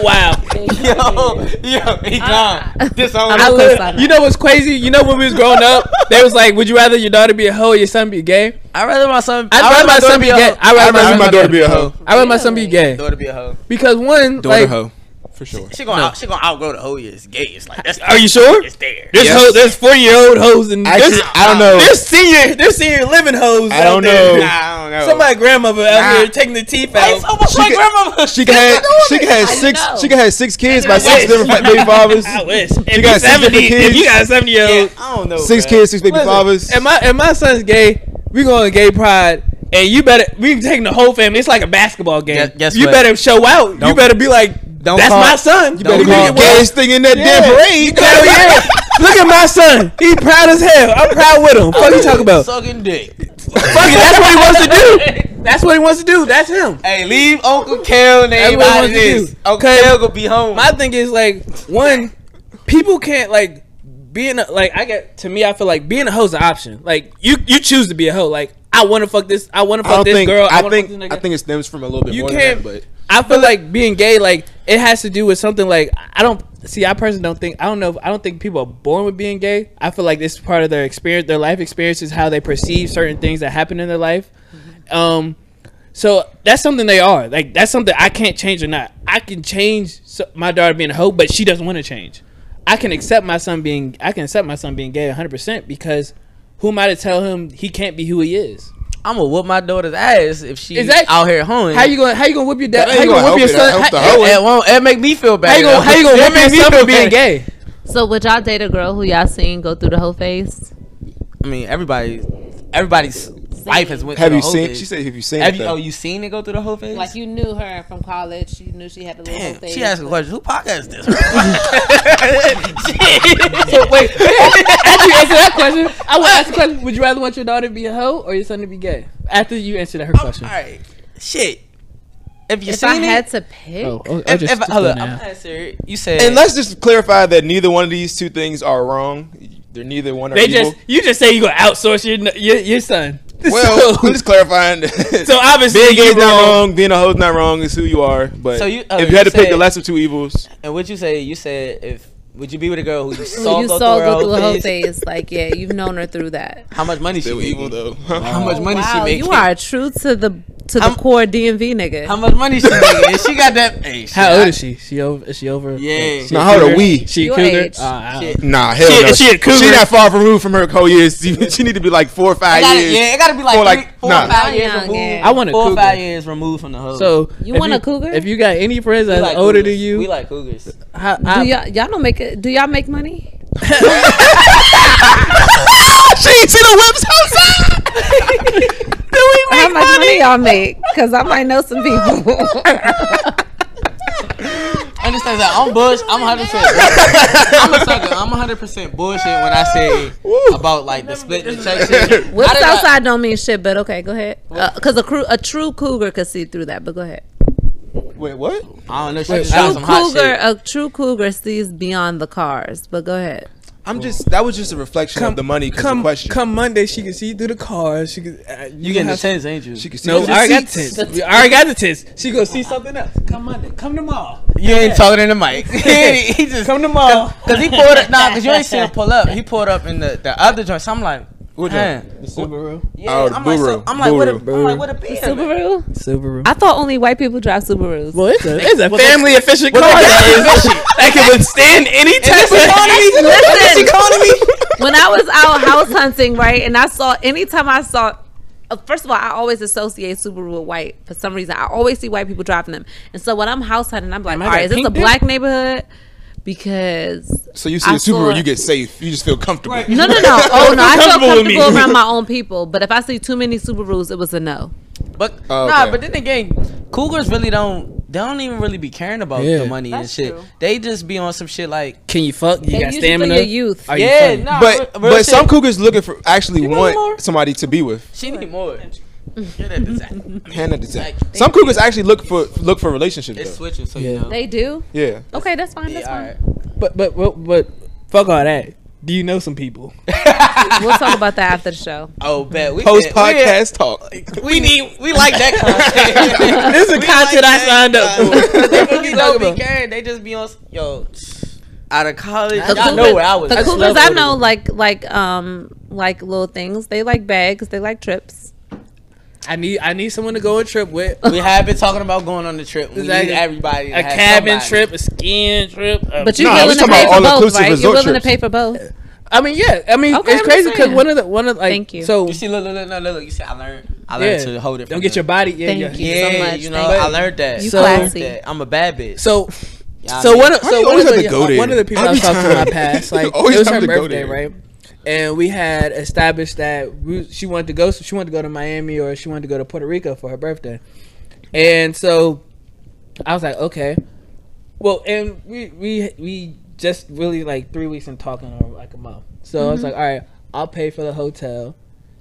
wow. Yo, yo, Uh, he gone. Disowned. I him. live- You know what's crazy? You know when we was growing up, they was like, "Would you rather your daughter be a hoe or your son be gay?" I'd rather my son. I'd rather my son be gay. I'd I'd rather rather my daughter be a hoe. I'd rather my son be gay Daughter be a hoe. because one, Daughter like, hoe, for sure. She gonna out, she gonna outgrow the hoe. Is gay. It's like that's. are you sure? It's there. There's Yes. ho- there's four year old hoes and Actually, there's, I don't know. there's senior there's senior living hoes. I out don't there. know. Nah, I don't know. Oh. Somebody grandmother out Nah. here taking the teeth It's out. almost like could- grandmother. She could have. She could have I six. know. She could have six kids I by six wish. different baby fathers. I wish. If you got six different seventy, if kids. you got a seventy year Yeah, old, I don't know. Six bruh. kids, six baby Listen, fathers. And my and my son's gay. We going gay pride, and you better. We taking the whole family. It's like a basketball game. Guess- guess you what? better show out. you Don't- better be like, don't that's call- my son. You They better call make did it the work. gayest thing in that Yeah. damn parade. Hell yeah. Look at my son. He proud as hell. I'm proud with him. What you talking about? Sucking dick. Fuck it. That's what he wants to do. That's what he wants to do. That's him. Hey, leave Uncle Kel and That's what he everybody wants to this. do. Uncle Cause- Kel gonna be home. My thing is like one, people can't like being a, like I get to me. I feel like being a hoe's an option. Like you you choose to be a hoe. Like I want to fuck this. I want to I fuck don't this think. girl. I wanna think. fuck this nigga. I think it stems from a little bit you more can't. than that. I feel like being gay. Like it has to do with something. Like I don't see. I personally don't think. I don't know. if- I don't think people are born with being gay. I feel like this is part of their experience. Their life experience is how they perceive certain things that happen in their life. Um, so that's something they are. Like that's something I can't change or not. I can change so- my daughter being a hoe, but she doesn't want to change. I can accept my son being. I can accept my son being gay 100 percent because who am I to tell him he can't be who he is? I'm gonna whoop my daughter's ass if she Is that- out here hoeing. How you gonna How you gonna whip your dad? That ain't How you gonna gonna whip your help it. son? That how- helps the hoe. It won't. It make me feel bad. How you gonna, how you gonna It whip make your me son feel for being bad. gay? So would y'all date a girl who y'all seen go through the whole phase? I mean, everybody, everybody's wife has went. Have through you the whole seen? thing. She said, "Have you seen?" Have it, you? though? Oh, you seen it go through the whole phase? Like you knew her from college, you knew she had the little Damn, phase. she asked a question. Who podcast this? So wait, after you answer that question, I want to ask the question: Would you rather want your daughter to be a hoe or your son to be gay? After you answer that her All question. right, shit. If you If seen I had it, to pick, Oh, oh, I if, just, if, just hold go up, I'm now. answering. You said And let's just clarify that neither one of these two things are wrong. They're neither one are They evil. just you just say you gonna outsource your your, your son. well, so, I'm just clarifying. that so obviously being gay you is not wrong. wrong. Being a hoe's not wrong. Is who you are. But So you- oh, if you had you to pick the said- lesser of two evils, And what you say? You said if would you be with a girl who you who saw you go saw through, go through the whole phase? phase. Like, yeah, you've known her through that. How much money she still evil making? though. How much money Oh, wow, she making? you are true to the to the I'm- core DMV nigga. How much money she making? And she got that. Hey, shit, How I- old is she? She over? Is she over? Yeah. She Now, a how old are cougar? we? She a Your cougar. age. Uh, I don't Shit. Nah, hell She- no. she a cougar. She not far removed from her whole years. She, she need to be like four or I five gotta, years. yeah, it gotta be like, More three, like- four nah. or five years Young, removed. yeah. I want a four or cougar. five years removed from the hoe. So You if want a cougar? If you got any friends we that's like older cougars. than you, we like cougars. how, Uh, do I- y'all y'all don't make it? Do y'all make money? She ain't see the whips outside. How much money y'all make? Because I might know some people. Understand that I'm bush. I'm 100. percent I'm a sucker. I'm 100 percent bullshit when I say about like the split the check shit. Whips I did not- outside don't mean shit, but okay, go ahead. Because a, cru- a true cougar could see through that, but go ahead. Wait, what? I don't know. She just True shot some hot cougar, shit. a true cougar sees beyond the cars, but go ahead. I'm just. That was just a reflection of the money. 'cause Come, the question. come Monday, she can see through the cars. She can. Uh, You getting the tens, ain't you? She could see No, Oh, I through the already got the seats. tits. We already got the tits. She gonna see something else. Come Monday. Come tomorrow. You ain't talking in the mic. he he just Come tomorrow. Cause he pulled up, nah, cause you ain't seen him pull up. He pulled up in the, the other joint. So I'm like, What Huh. joint? The Subaru. Yeah, Oh, I'm, like, so, Buru. I'm like, what a, I'm Buru. like, what a beer. Subaru. Subaru. I thought only white people drive Subarus. well, it's a, it's a family efficient car. well, that can withstand any test. Listen. economy. when I was out house hunting, right, and I saw anytime I saw. uh, First of all, I always associate Subaru with white for some reason. I always see white people driving them, and so when I'm house hunting, I'm like, Am I all right, that is this pink a dude? black neighborhood? Because So you see I a Subaru, saw- you get safe. You just feel comfortable. no, no, no, oh no, I feel Comfortable with me. comfortable around my own people, but if I see too many Subarus, it was a no. But Oh, nah, okay. but then again, cougars really don't. They don't even really be caring about Yeah. the money and That's shit. true. They just be on some shit like Can you fuck? You And got usually for stamina. your youth. Are you yeah, funny? nah. But real- real but some shit. cougars looking for actually want want more? somebody to be with. she need more. You're that design. Hand at the tap. Like, Some cougars actually look for look for relationships. It's Though. switching, so Yeah. you know. They do. Yeah. Okay, that's fine. That's Yeah, all right. fine. But but but but fuck all that. Do you know some people? We'll talk about that after the show. Oh, bet we Post we- podcast talk. We need. We like that content. this is We content I like signed up that for. content. they really Talk don't about- be caring. They just be on s- yo. Out of college, The y'all know where I was. The at. cougars love I older know, ones. like like um like little things. They like bags. They like trips. I need I need someone to go on a trip with. We have been talking about going on the trip. We Exactly. need everybody. to A have cabin somebody. trip, a skiing trip. a- But you're Nah, we willing to talking pay about for both, all-inclusive right? You're resort willing trips. to pay for both. I mean, yeah. I mean, Okay, it's I'm crazy just because saying. one of the one of like. Thank you. So You see, look, look, look, no, look, look. You see, I learned. I yeah, learned to hold it. Don't from get the- your body. Yeah, Thank yeah. you. Yeah, so much. you know, Thank I you. learned that. You I learned classy. that. I'm a bad bitch. So Y'all So know. one of, Why you so one always of, have the, to go there? one of the people I Every was talking to in my time. past, You like it always was have her to go birthday, there. right? And we had established that we, she wanted to go, so she wanted to go to Miami or she wanted to go to Puerto Rico for her birthday. And so I was like, okay, well, and we we we just really like three weeks in talking or like a month. So I was Mm-hmm. like, all right, I'll pay for the hotel.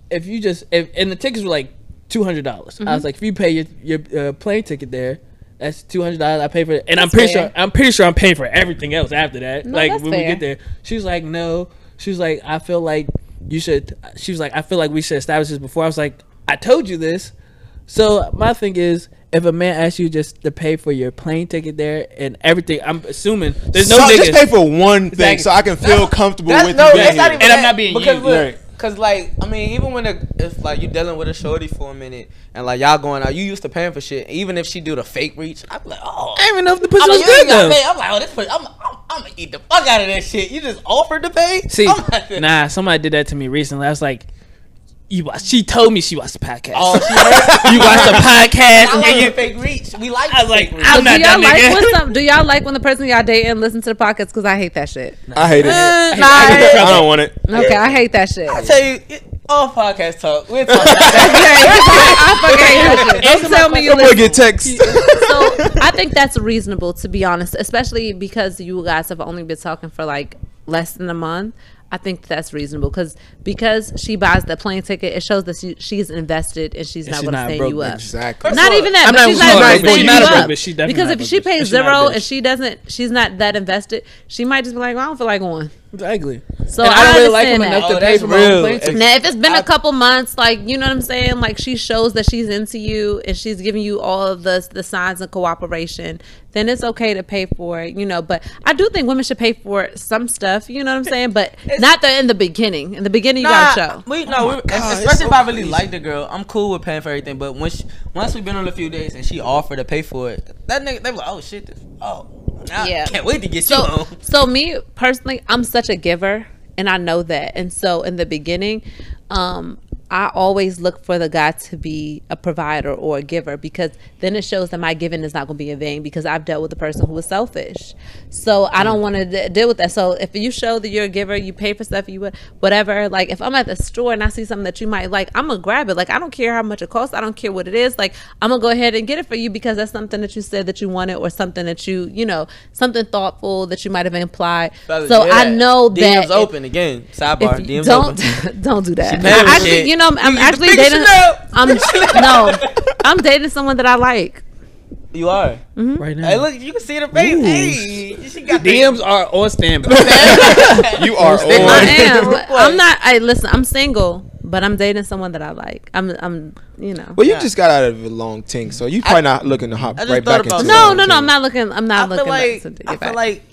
If you just if and the tickets were like two hundred dollars. I Mm-hmm. was like, if you pay your your uh, plane ticket there, that's two hundred dollars. I pay for it, and I'm That's pretty fair. sure I'm pretty sure I'm paying for everything else after that. No, like that's when we fair. get there, she was like, no. She was like, I feel like you should. She was like, I feel like we should establish this before. I was like, I told you this. So my thing is, if a man asks you just to pay for your plane ticket there and everything, I'm assuming there's no so, niggas. just pay for one thing Exactly. so I can feel comfortable That's, with no, you being that's here. not even And I'm that, not being because used. look, Right. Cause like I mean, even when a, if like you dealing with a shorty for a minute and like y'all going out, you used to paying for shit. Even if she do the fake reach, I'm like, oh, I don't even know if the pussy I'm like, was you ain't good got though. paid. I'm like, oh, this person, I'm, I'm, I'm gonna eat the fuck out of that shit. You just offered to pay. See, I'm like, nah, somebody did that to me recently. I was like, you watch, she told me she watched the podcast. Oh, she heard. you watched the podcast. I and like you- the fake reach. We like. I the was like, fake reach. I'm But not do y'all that like nigga. when some, do y'all like when the person y'all dating listen to the podcast? Because I hate that shit. I hate it. Uh, I, hate nah, it. I- I don't want it. Okay, I hate that shit. I tell you, it, all podcast talk. We're talking. about Okay, I fucking hate that shit. Answer Don't my tell me you I'm gonna listen. get text. so I think that's reasonable to be honest, especially because you guys have only been talking for like less than a month. I think that's reasonable because because she buys the plane ticket, it shows that she, she's invested and she's she's not going to not stand broke you bitch. up. Exactly. Not even that. I'm but not- she's she's not, not going a broke bitch. She's to stand you not a broke up. bitch. She's definitely because not if a she broke bitch. pays She's not a zero bitch. and she doesn't, she's not that invested. She might just be like, "Well, I don't feel like going. Exactly. So and I, I don't really like him understand that. enough to Oh, pay that's for my own real. plane ticket. Now, if it's been a couple months, like you know what I'm saying, like she shows that she's into you and she's giving you all of the the signs of cooperation, then it's okay to pay for it, you know. But I do think women should pay for some stuff, you know what I'm saying, but not the in the beginning. In the beginning, you gotta show. We Oh no, we, God, it's especially if so I really crazy. like the girl, I'm cool with paying for everything. But once once we've been on a few days and she offered to pay for it, that nigga they were like, oh shit, this, oh now yeah, Yeah. can't wait to get you So, home. so me personally, I'm such a giver, and I know that. And so in the beginning, um, I always look for the guy to be a provider or a giver because then it shows that my giving is not going to be in vain because I've dealt with a person who was selfish. So I don't want to d- deal with that. So if you show that you're a giver, you pay for stuff, you would- whatever. Like if I'm at the store and I see something that you might like, I'm gonna grab it. Like I don't care how much it costs. I don't care what it is. Like I'm gonna go ahead and get it for you because that's something that you said that you wanted or something that you you know something thoughtful that you might have implied. Fellas, so yeah. I know DMs that. if- open again. Sidebar. if you DMs don't open. don't do that. mad as I actually, shit. you know, I'm, I'm You the actually biggest dating. Chanel. I'm no, I'm dating someone that I like. You are. Mm-hmm. Right now. Hey, look, you can see the face. Ooh. Hey, she got the- DMs are on standby. You are Stick I Right. on. am. I'm not. I listen. I'm single, but I'm dating someone that I like. I'm. I'm. You know. Well, you just got out of a long ting, so you probably not looking to hop I just right thought back into about the that. No, long no, no. ting. I'm not looking. I'm I not feel looking. like to get I feel back. like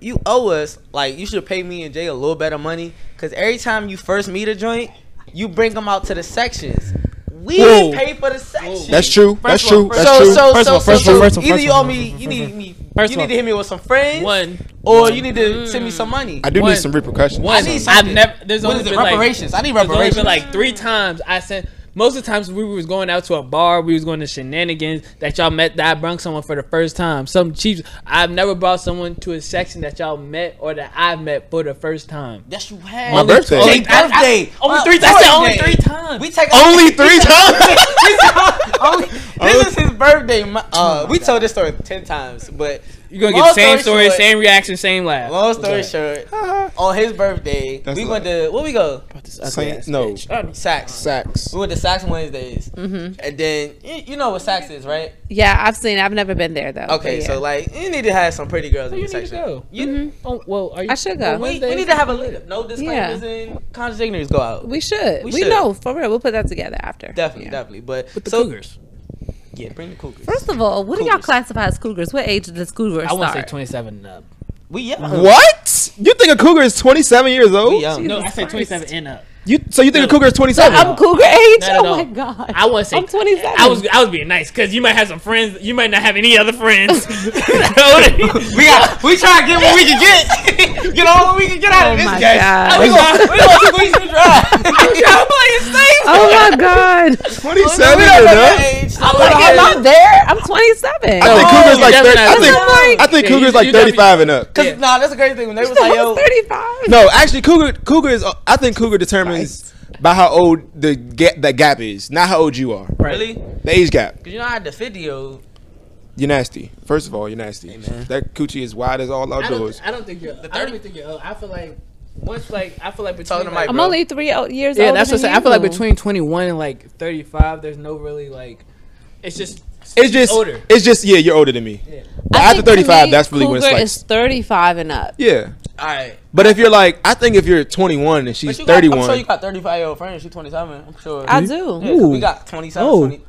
you owe us. Like you should pay me and Jay a little better money because every time you first meet a joint, You bring them out to the sections. We Whoa. pay for the sections. That's true. That's of all, true. first That's so, true. so, First of so, all, so, first of all, so first of all, either first you of all, owe me, first you of all, need me, First of you need to all. hit me with some friends, One. or you need to Mm. send me some money. I do One- need some repercussions. One, need I've something. never. There's What only is it? been like- Reparations. I need there's only reparations. been like three times I sent. Most of the times we was going out to a bar, we was going to shenanigans that y'all met. That I brung someone for the first time. Some chiefs. I've never brought someone to a section that y'all met or that I met for the first time. Yes, you have. My birthday. Jay Only- I- I- birthday. only My three- I said only birthday. three times. We take Only three times. only, this is his birthday. My- Oh Uh, we told this story ten times, but You're gonna long get same story, short- same reaction, same laugh. Long story short, on his birthday, That's we a went to where we go? Saint- no Sacks. sacks. We went to Saks Wednesdays, mm-hmm. and then you, you know what Saks is, right? Yeah, I've seen. it. I've never been there though. but Okay, yeah. so like you need to have some pretty girls in you your need to section. go. You, Oh, well, are you? I should go. on we, we Wednesdays? need to have a lit up. No disclaimers Yeah. and conscious ignorance go out. we should. We We, should. know for real. We'll put that together after. definitely, Yeah. definitely. But with the so, Cougars. Yeah, bring the cougars. First of all, what do y'all Cougars. classify as cougars? What age does cougar I want start? to say 27 and up. we young. What? You think a cougar is 27 years We uh, old? young. No, I Jesus say Christ. 27 and up. You so you think a cougar is So 27? I'm cougar age. Not at oh all. my god. I want to say I'm 27. I was I was being nice because you might have some friends. You might not have any other friends. That's We got. We try to get what we can get. get all what we can get out Oh of this my game. God. We gonna, we gonna squeeze you dry. we trying to play it safe. Oh my god. 27 We and don't know up? the age. So I'm like, Like, am I'm I not- there? I'm 27. I think Oh, cougars like yeah, 30, that's I think right. I think Yeah, cougars you- like you gotta be- 35 and up. Cause Yeah. nah, that's a crazy thing. When they was I like, yo, was 35. No, actually, cougar cougar is I think cougar determines by how old the gap that gap is, not how old you are. really? Cause The age gap. you know I had the fifty-year-old. You're nasty. First of all, you're nasty. That coochie is wide as all I outdoors. don't, I don't think you're. I don't even think you're. Old. I feel like once like I feel like Talking between to like, Mike, I'm bro. only three o- years yeah, older that's what I'm than saying. I feel like you. between 21 and like 35, there's no really like. It's just. It's just older. It's just yeah, you're older than me. Yeah. But I after think to 35, me, that's really when cougar it's like is 35 and up. yeah. All right, But if you're like, I think if you're 21 and she's but you got, 31, I'm sure you got thirty-five-year-old friends. She's twenty-seven. I'm sure. Mm-hmm. I do. Yeah, 'cause we Ooh. got 27, Oh. 20.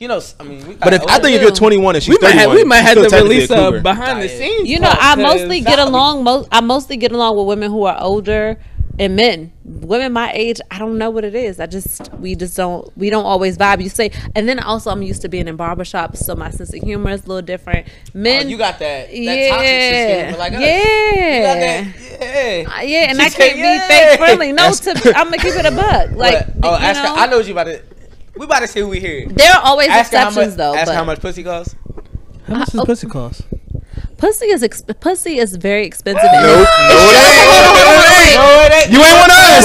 You know, s- I mean, we got but if I older- think if you're 21 and she's We might 31, have, we might you're have still to technically a release uh, a cougar. behind the Nah, yeah. scenes. You know, I part, 'cause- mostly get along. Most I mostly get along with women who are older and men. Women my age, I don't know what it is. I just we just don't we don't always vibe. You say, and then also I'm used to being in barbershops, so my sense of humor is a little different. Oh, Men, you got that, that yeah, toxic shit, but like us. You got yeah. that, yeah. Uh, Yeah, and She I said, can't "Yeah." be fake friendly. No, to, I'm gonna keep it a buck. Like, But- oh, you ask know, her, I know what you about to. We about to see who we here. there are always Ask her how exceptions much. though. ask her but how much pussy costs. How much does pussy cost? pussy is exp- pussy is very expensive. No, no, it ain't. You ain't one of us.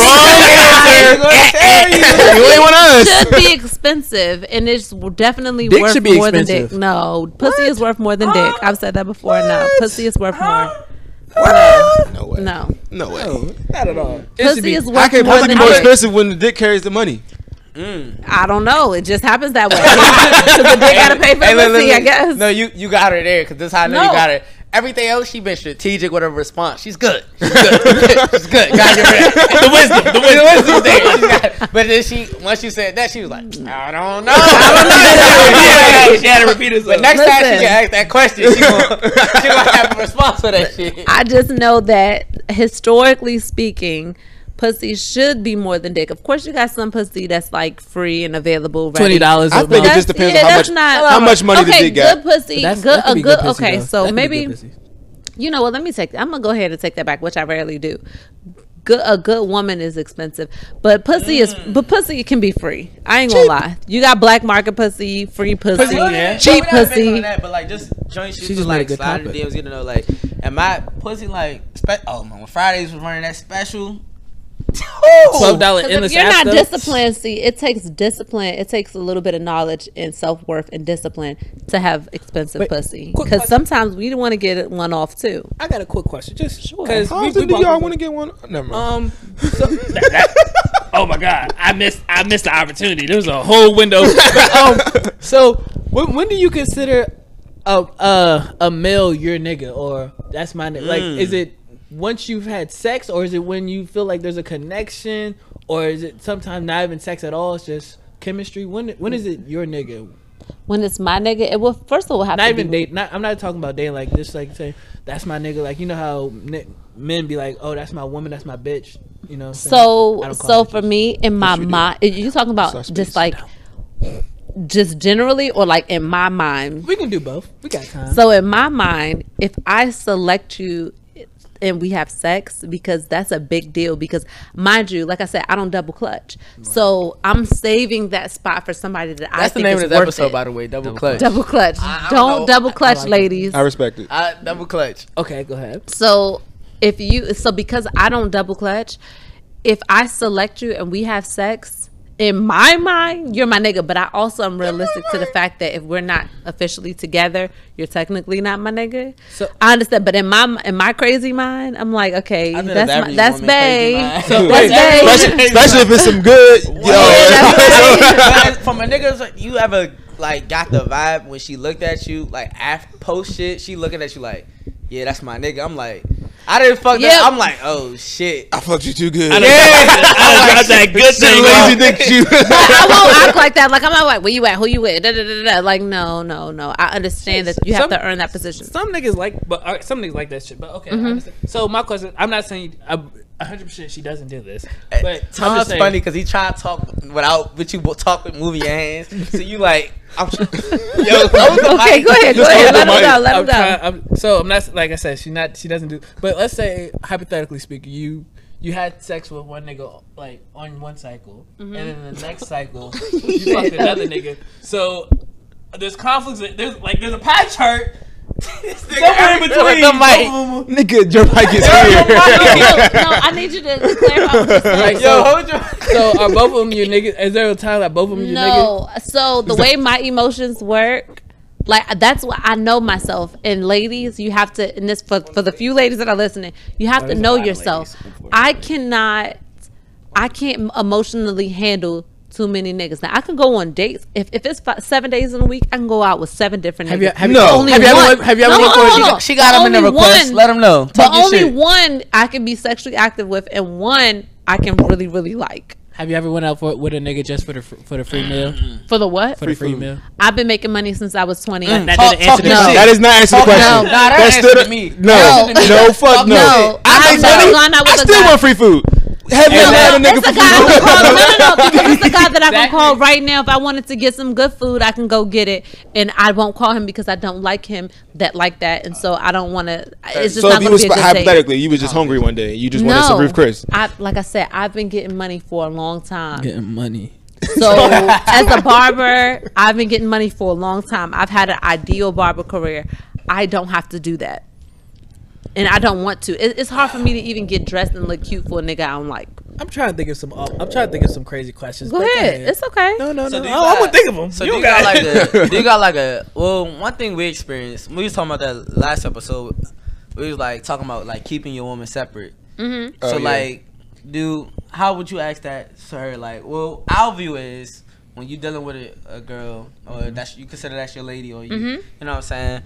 Wrong Wrong answer. answer. You ain't one of us. should be expensive, and it's definitely Dick worth should be more than expensive. dick. No, pussy is worth more than dick. I've said that before. No, pussy is worth No way. more. No, No way. Not at all. pussy is worth How can more pussy than be more dick. expensive when the dick carries the money? I don't know. It just happens that way. 'Cause the dick gotta pay for Hey, the look, look, pussy, I look. guess. No, you you got her there because this how I know you No. got her. Everything else, she been strategic with her response. She's good. She's good. She's good. She's good. God, give her that. The wisdom. The wisdom. was there. She got it. But then she, once you said that, she was like, I don't know. I don't know. She had to repeat herself. But next time she Listen. can ask that question, she gonna, she gonna have a response for that shit. I just know that historically speaking, pussy should be more than dick. Of course, you got some pussy that's like free and available. Ready. Twenty dollars. I think it just depends on how much how much money the okay, dick got. Good pussy, That's good, that could a be good, pussy, okay, though. That so could be good maybe pussy. you know what? Let me take. I'm gonna go ahead and take that back, which I rarely do. Good, a good woman is expensive, but pussy is, Mm. but pussy can be free. I ain't gonna lie. You got black market pussy, free pussy, Pussy, yeah. cheap We're not big pussy. on that, but like just joint shit. She just was, made a like good sliding topic. DMs, you know, like and my pussy like spe- oh man, when Fridays was running that special. Twelve dollar 'Cause endless if you're not after. disciplined, see, it takes discipline. It takes a little bit of knowledge and self worth and discipline to have expensive Wait, pussy. quick Because question. sometimes we want to get one off too. I got a quick question, just Sure. because How often do y'all want to get one? Never mind. Um. so- that- that- oh my God! I missed. I missed the opportunity. There was a whole window. um, so when, when do you consider a uh, a male your nigga or that's my nigga? Like, is it once you've had sex, or is it when you feel like there's a connection, or is it sometimes not even sex at all? It's just chemistry. When when is it your nigga? When it's my nigga, it will first of all have Not to even be date. Not, I'm not talking about dating. Like just like saying that's my nigga. Like you know how ni- men be like, oh, that's my woman. That's my bitch. You know. what I'm saying? I So don't call so it for me in my you do. mind, you talking about Suspects, just like just generally or like in my mind. we can do both. We got time. So in my mind, if I select you and we have sex because that's a big deal because mind you like i said i don't double clutch so i'm saving that spot for somebody that i That's the think name is of this worth episode, it. by the way. Double, clutch. double clutch I- I don't don't, know. double clutch like it. ladies I respect it. I, double clutch. okay, go ahead. So if you so because I don't double clutch, if I select you and we have sex, in my mind, you're my nigga. But I also am realistic to the fact that if we're not officially together, you're technically not my nigga. So- So I understand. But in my in my crazy mind, I'm like, okay, I think that's every my, that's woman crazy bae. mind. So- That's Hey, bae. Especially, especially if it's some good. yo. But from a nigga's, like, you ever like got the vibe when she looked at you like after post shit? She looking at you like, yeah, that's my nigga. I'm like, I didn't fuck Yep. up. I'm like, oh shit. I fucked you too good. I done got that good thing. lazy off. dick you. But I won't act like that. Like I'm not like, where you at? Who you with? Da, da, da, da, da. Like no, no, no. I understand that you have Some- to earn that position. Some niggas like, but uh, some niggas like that shit. But okay. I Mm-hmm. understand. So my question, I'm not saying I- a hundred percent she doesn't do this, Eh, but But I'm just Tom's saying, funny because he tried to talk without, but you bo- talk with moving your hands. So you like, I'm yo, Okay, go ahead, go ahead. Let him go. Let I'm him go. trying- I'm- so I'm not like I said she not she doesn't do. But let's say hypothetically speaking, you you had sex with one nigga like on one cycle, Mm-hmm. and then the next cycle you fucked another nigga. So there's conflicts. There's like there's a pie chart. Somewhere in between, the mic. Nigga, your mic is no, here. no, I need you to clarify. What you're saying. Like, Yo, so, hold your. so are both of them your niggas? Is there a time that both of them your niggas? No. So the way my emotions work, like that's what I know myself. And ladies, you have to. And this for for the few ladies that are listening, you have to there's a know lot of yourself. ladies, I cannot. I can't emotionally handle too many niggas. Now I can go on dates. If if it's five, seven days in a week, I can go out with seven different. Have niggas. you- have you- No. Only have you ever one- went- have you ever No, went for a hold on, date? hold on. She got him in the Only request. one- Let him know. But Talk your only shit. one I can be sexually active with, and one I can really, really like. Have you ever went out for, with a nigga just for the fr- for the free meal? For the what? For the free food. meal? I've been making money since I was 20. That Talk- didn't talk answer the your question. shit. That is not answering Fuck the question. no. Nah, that That's answered still to me. No, No. no, fuck no. No. I I, make have never money, gone out with I a still guy. want free food. Have you No, ever had a no, nigga it's for a guy I free can call. food? No, no, no, because it's a guy that I Exactly. can call right now if I wanted to get some good food. I can go get it, and I won't call him because I don't like him that like that, and so I don't want to. It's just So if not you going was to be a good date. hypothetically, you was just hungry one day, you just wanted some roof crisp. I, like I said, I've been getting money for a long time. Getting money. So as a barber, I've been getting money for a long time. I've had an ideal barber career. I don't have to do that, and I don't want to. It, it's hard for me to even get dressed and look cute for a nigga I don't like. I'm trying to think of some. I'm trying to think of some crazy questions. Go but ahead, it's okay. No, no, no. So do you Oh, I'm got- gonna think of them. So do you got like a do you got like a well one thing we experienced we was talking about that last episode we was like talking about like keeping your woman separate Mm-hmm. so Oh, yeah. like do how would you ask that to her like well our view is when you dealing with a, a girl or Mm-hmm. that's you consider that's your lady or you you know what I'm saying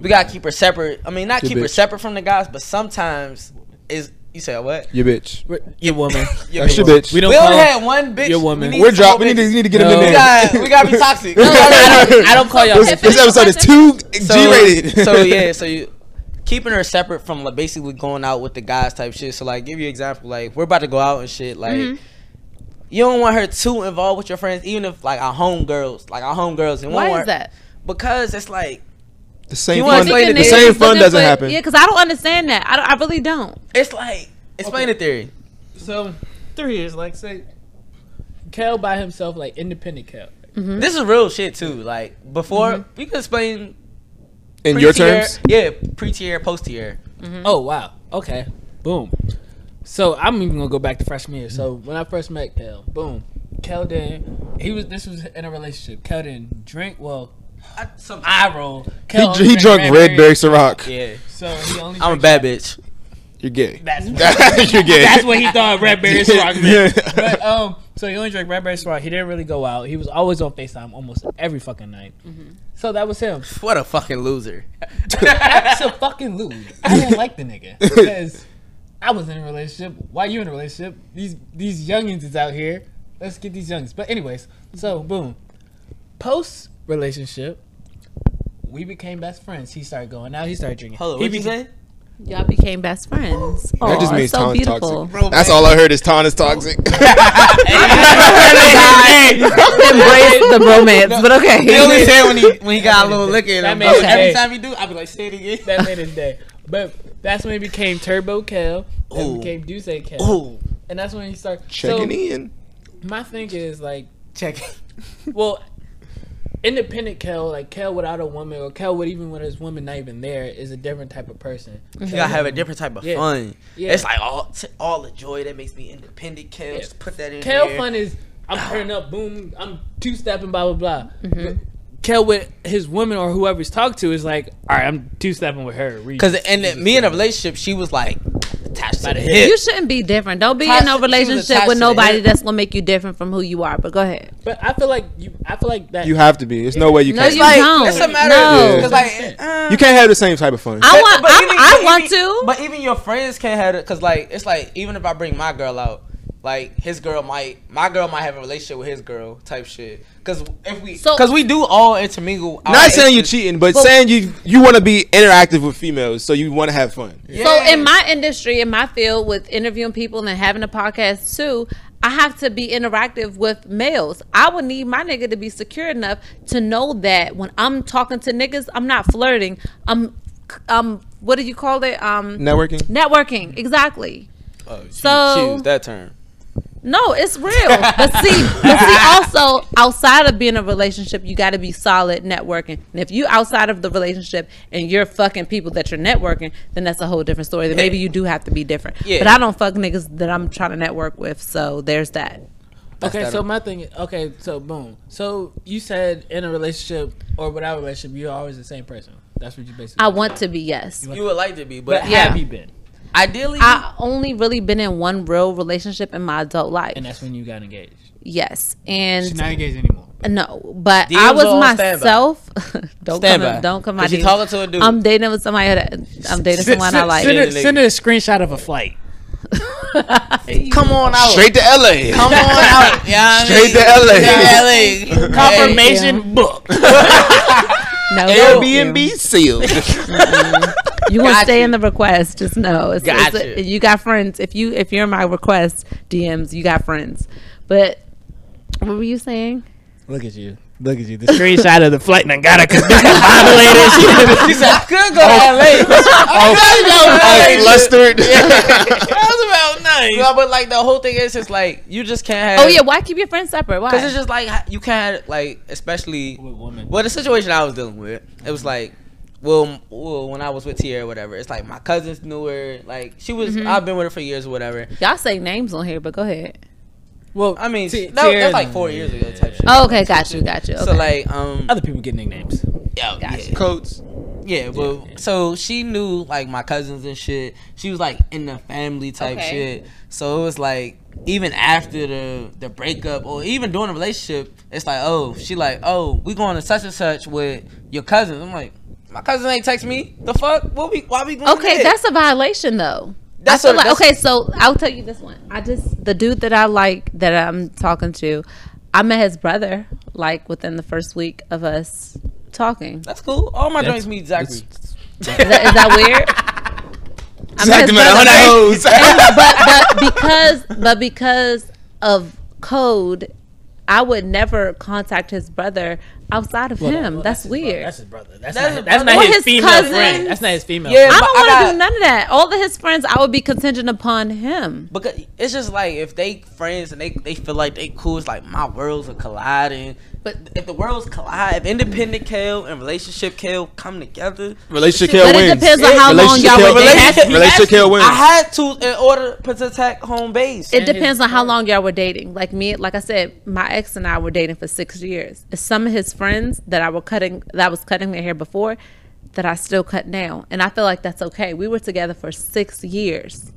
we gotta keep her separate I mean not Your keep her bitch. separate from the guys but sometimes is you say what Your bitch. your woman. Your That's your bitch. We don't. we only call- had one bitch your woman. we We're need, some dropping. more We need to, bitches. you need to get him No. in we there. gotta, we gotta be toxic I don't- I don't call y'all. This, this episode is too G-rated. So yeah, so you keeping her separate from like basically going out with the guys type shit. So like, give you an example. Like we're about to go out and shit. Like Mm-hmm. you don't want her too involved with your friends, even if like our home girls, like our home girls. And Why is that? Because it's like the same You wanna fun, think the it is, same fun doesn't Yeah, happen. because I don't understand that. I, don't, I really don't. it's like explain Okay. the theory. So three years, like say, Kel by himself, like independent Kel. Mm-hmm. This is real shit too. Like before, you can explain In your pre-tier- terms, Yeah, pre-tier, post-tier. Oh wow. Okay. Boom. So I'm even gonna go back to freshman year. So when I first met Kel, boom, Kel didn't. He was. This was in a relationship. Kel didn't drink. Well, I, some, I roll. he, Kel he drunk Red Berry Ciroc. yeah, So he only. I'm a drank- bad bitch. You're gay. That's You're gay. That's what he thought Red Berry Ciroc meant. Yeah. But um, so he only drank Red Berry Ciroc. He didn't really go out. He was always on Facetime almost every fucking night. So that was him. What a fucking loser. That's a fucking loser. I didn't like the nigga because I was in a relationship. Why you in a relationship? These these youngins is out here. Let's get these youngins. But anyways, so boom, post relationship. We became best friends. He started going out. He started drinking. Hold on, he what you beca- saying? Y'all became best friends. Oh, that just means so Tom is beautiful. toxic. That's all I heard is Tom is toxic. Embrace the bromance, but okay. He only said when he when he got a little liquor in That him. man But Every said- time he do, I be like, say it again. That made his day. But that's when he became Turbo Kel. Then Ooh. became Deuce Kel. Ooh, And that's when he started. Checking so in. my thing is like, check it. well, independent Kel, like Kel without a woman, or Kel with even when his woman not even there, is a different type of person. You gotta have a different type of Yeah. fun. Yeah. It's like all t- all the joy that makes me independent. Kel, just put that in Kel there. fun is I'm turning up, boom, I'm two stepping, blah blah blah. Mm-hmm. Kel with his woman or whoever he's talked to is like, all right, I'm two stepping with her. Read. Cause and me in a relationship, she was like attached to the hip. You shouldn't be different. Don't be Toxic- in no she was relationship attached with to the nobody hip. that's gonna make you different from who you are. But go ahead. but I feel like you, I feel like that. You have to be. There's no way you No, can't. you Like, don't. it's a matter no. Yeah. because like uh, You can't have the same type of fun. I want. but I, even- I but want even- to. But even your friends can't have it because like it's like even if I bring my girl out, like his girl might my girl might have a relationship with his girl type shit. Because if we So- because we do all intermingle. our Not saying you're interests. cheating, but saying you you want to be interactive with females, so you want to have fun. Yeah. So in my industry, in my field, with interviewing people and having a podcast too, I have to be interactive with males. I would need my nigga to be secure enough to know that when I'm talking to niggas, I'm not flirting. I'm, um, what do you call it? Um, Networking. networking. Exactly. Oh, she, So- she used that term. No, it's real. But see, but see, also outside of being a relationship, you got to be solid networking. And if you outside of the relationship and you're fucking people that you're networking, then that's a whole different story. Then maybe you do have to be different. Yeah. But I don't fuck niggas that I'm trying to network with. So there's that. okay, that- so my thing. Okay, so boom. So you said in a relationship or without a relationship, you're always the same person. That's what you basically. I want to be yes. You would like to be, but but yeah. have you been? ideally, I only really been in one real relationship in my adult life. And that's when you got engaged. yes, She's and not engaged anymore. no, but DMs I was are on standby. myself. don't come, Standby. in- don't come. my 'Cause you DMs. talking to a dude. I'm dating with somebody. That, I'm dating someone I like. Send her, Yeah, the send her a screenshot of a flight. come on out. Straight to LA. Come on out. Yeah, Straight to LA. LA. Confirmation booked. No, Airbnb sealed. Oh, You want to Got stay you. in the request? Just know, it's, Got it's- you. you. got friends. If you if you're in my request DMs, you got friends. But what were you saying? Look at you. Look at you. The screenshot of the flight and I got it. She said, I could go to LA. oh, flustered. Oh, That was about nice. No, but like the whole thing is, it's like you just can't have. Oh yeah, why keep your friends separate? Why? Because it's just like you can't like, especially well, the situation I was dealing with, it was like, well, m- well, when I was with Tierra, or whatever. It's like my cousins knew her. Like she was, Mm-hmm. I've been with her for years, or whatever. Y'all say names on here, but go ahead. well, I mean, Ti- that, that's Tierra- like four years ago, type shit. Oh, okay, got you, got you. Okay. So like, um, Other people get nicknames. yo, yeah. Coats. Yeah, but so she knew like my cousins and shit. She was like in the family type Okay. shit. So it was like even after the the breakup or even during the relationship, it's like oh she like oh we going to such and such with your cousins. I'm like my cousins ain't text me. The fuck? What we? Why we going? Okay, there? that's a violation though. That's That's I feel what- like, that's- okay, so I'll tell you this one. I just the dude that I like that I'm talking to, I met his brother like within the first week of us talking. that's cool. All my That's- joints meet Zachary. Is that, is that weird? I met his brother, but because but because of code, I would never contact his brother outside of him. that's, his brother. weird. That's his brother. That's, That's not, his that's brother. not Or his, his female cousins. friend. That's not his female. Yeah. friend. I but don't I want to got- do none of that. All of his friends, I would be contingent upon him. Because it's just like if they friends and they, they feel like they cool, it's like my worlds are colliding. But if the worlds collide, if independent Kale and relationship Kale come together, Relationship But Kale it wins. depends on how long Relationship y'all Kale- were dating. Relationship relationship Kale wins. I had to in order to attack home base. It his depends on how long y'all were dating. Like me, like I said, my ex and I were dating for six years. Some of his friends that I were cutting, that I was cutting their hair before, that I still cut now, and I feel like that's okay. We were together for six years.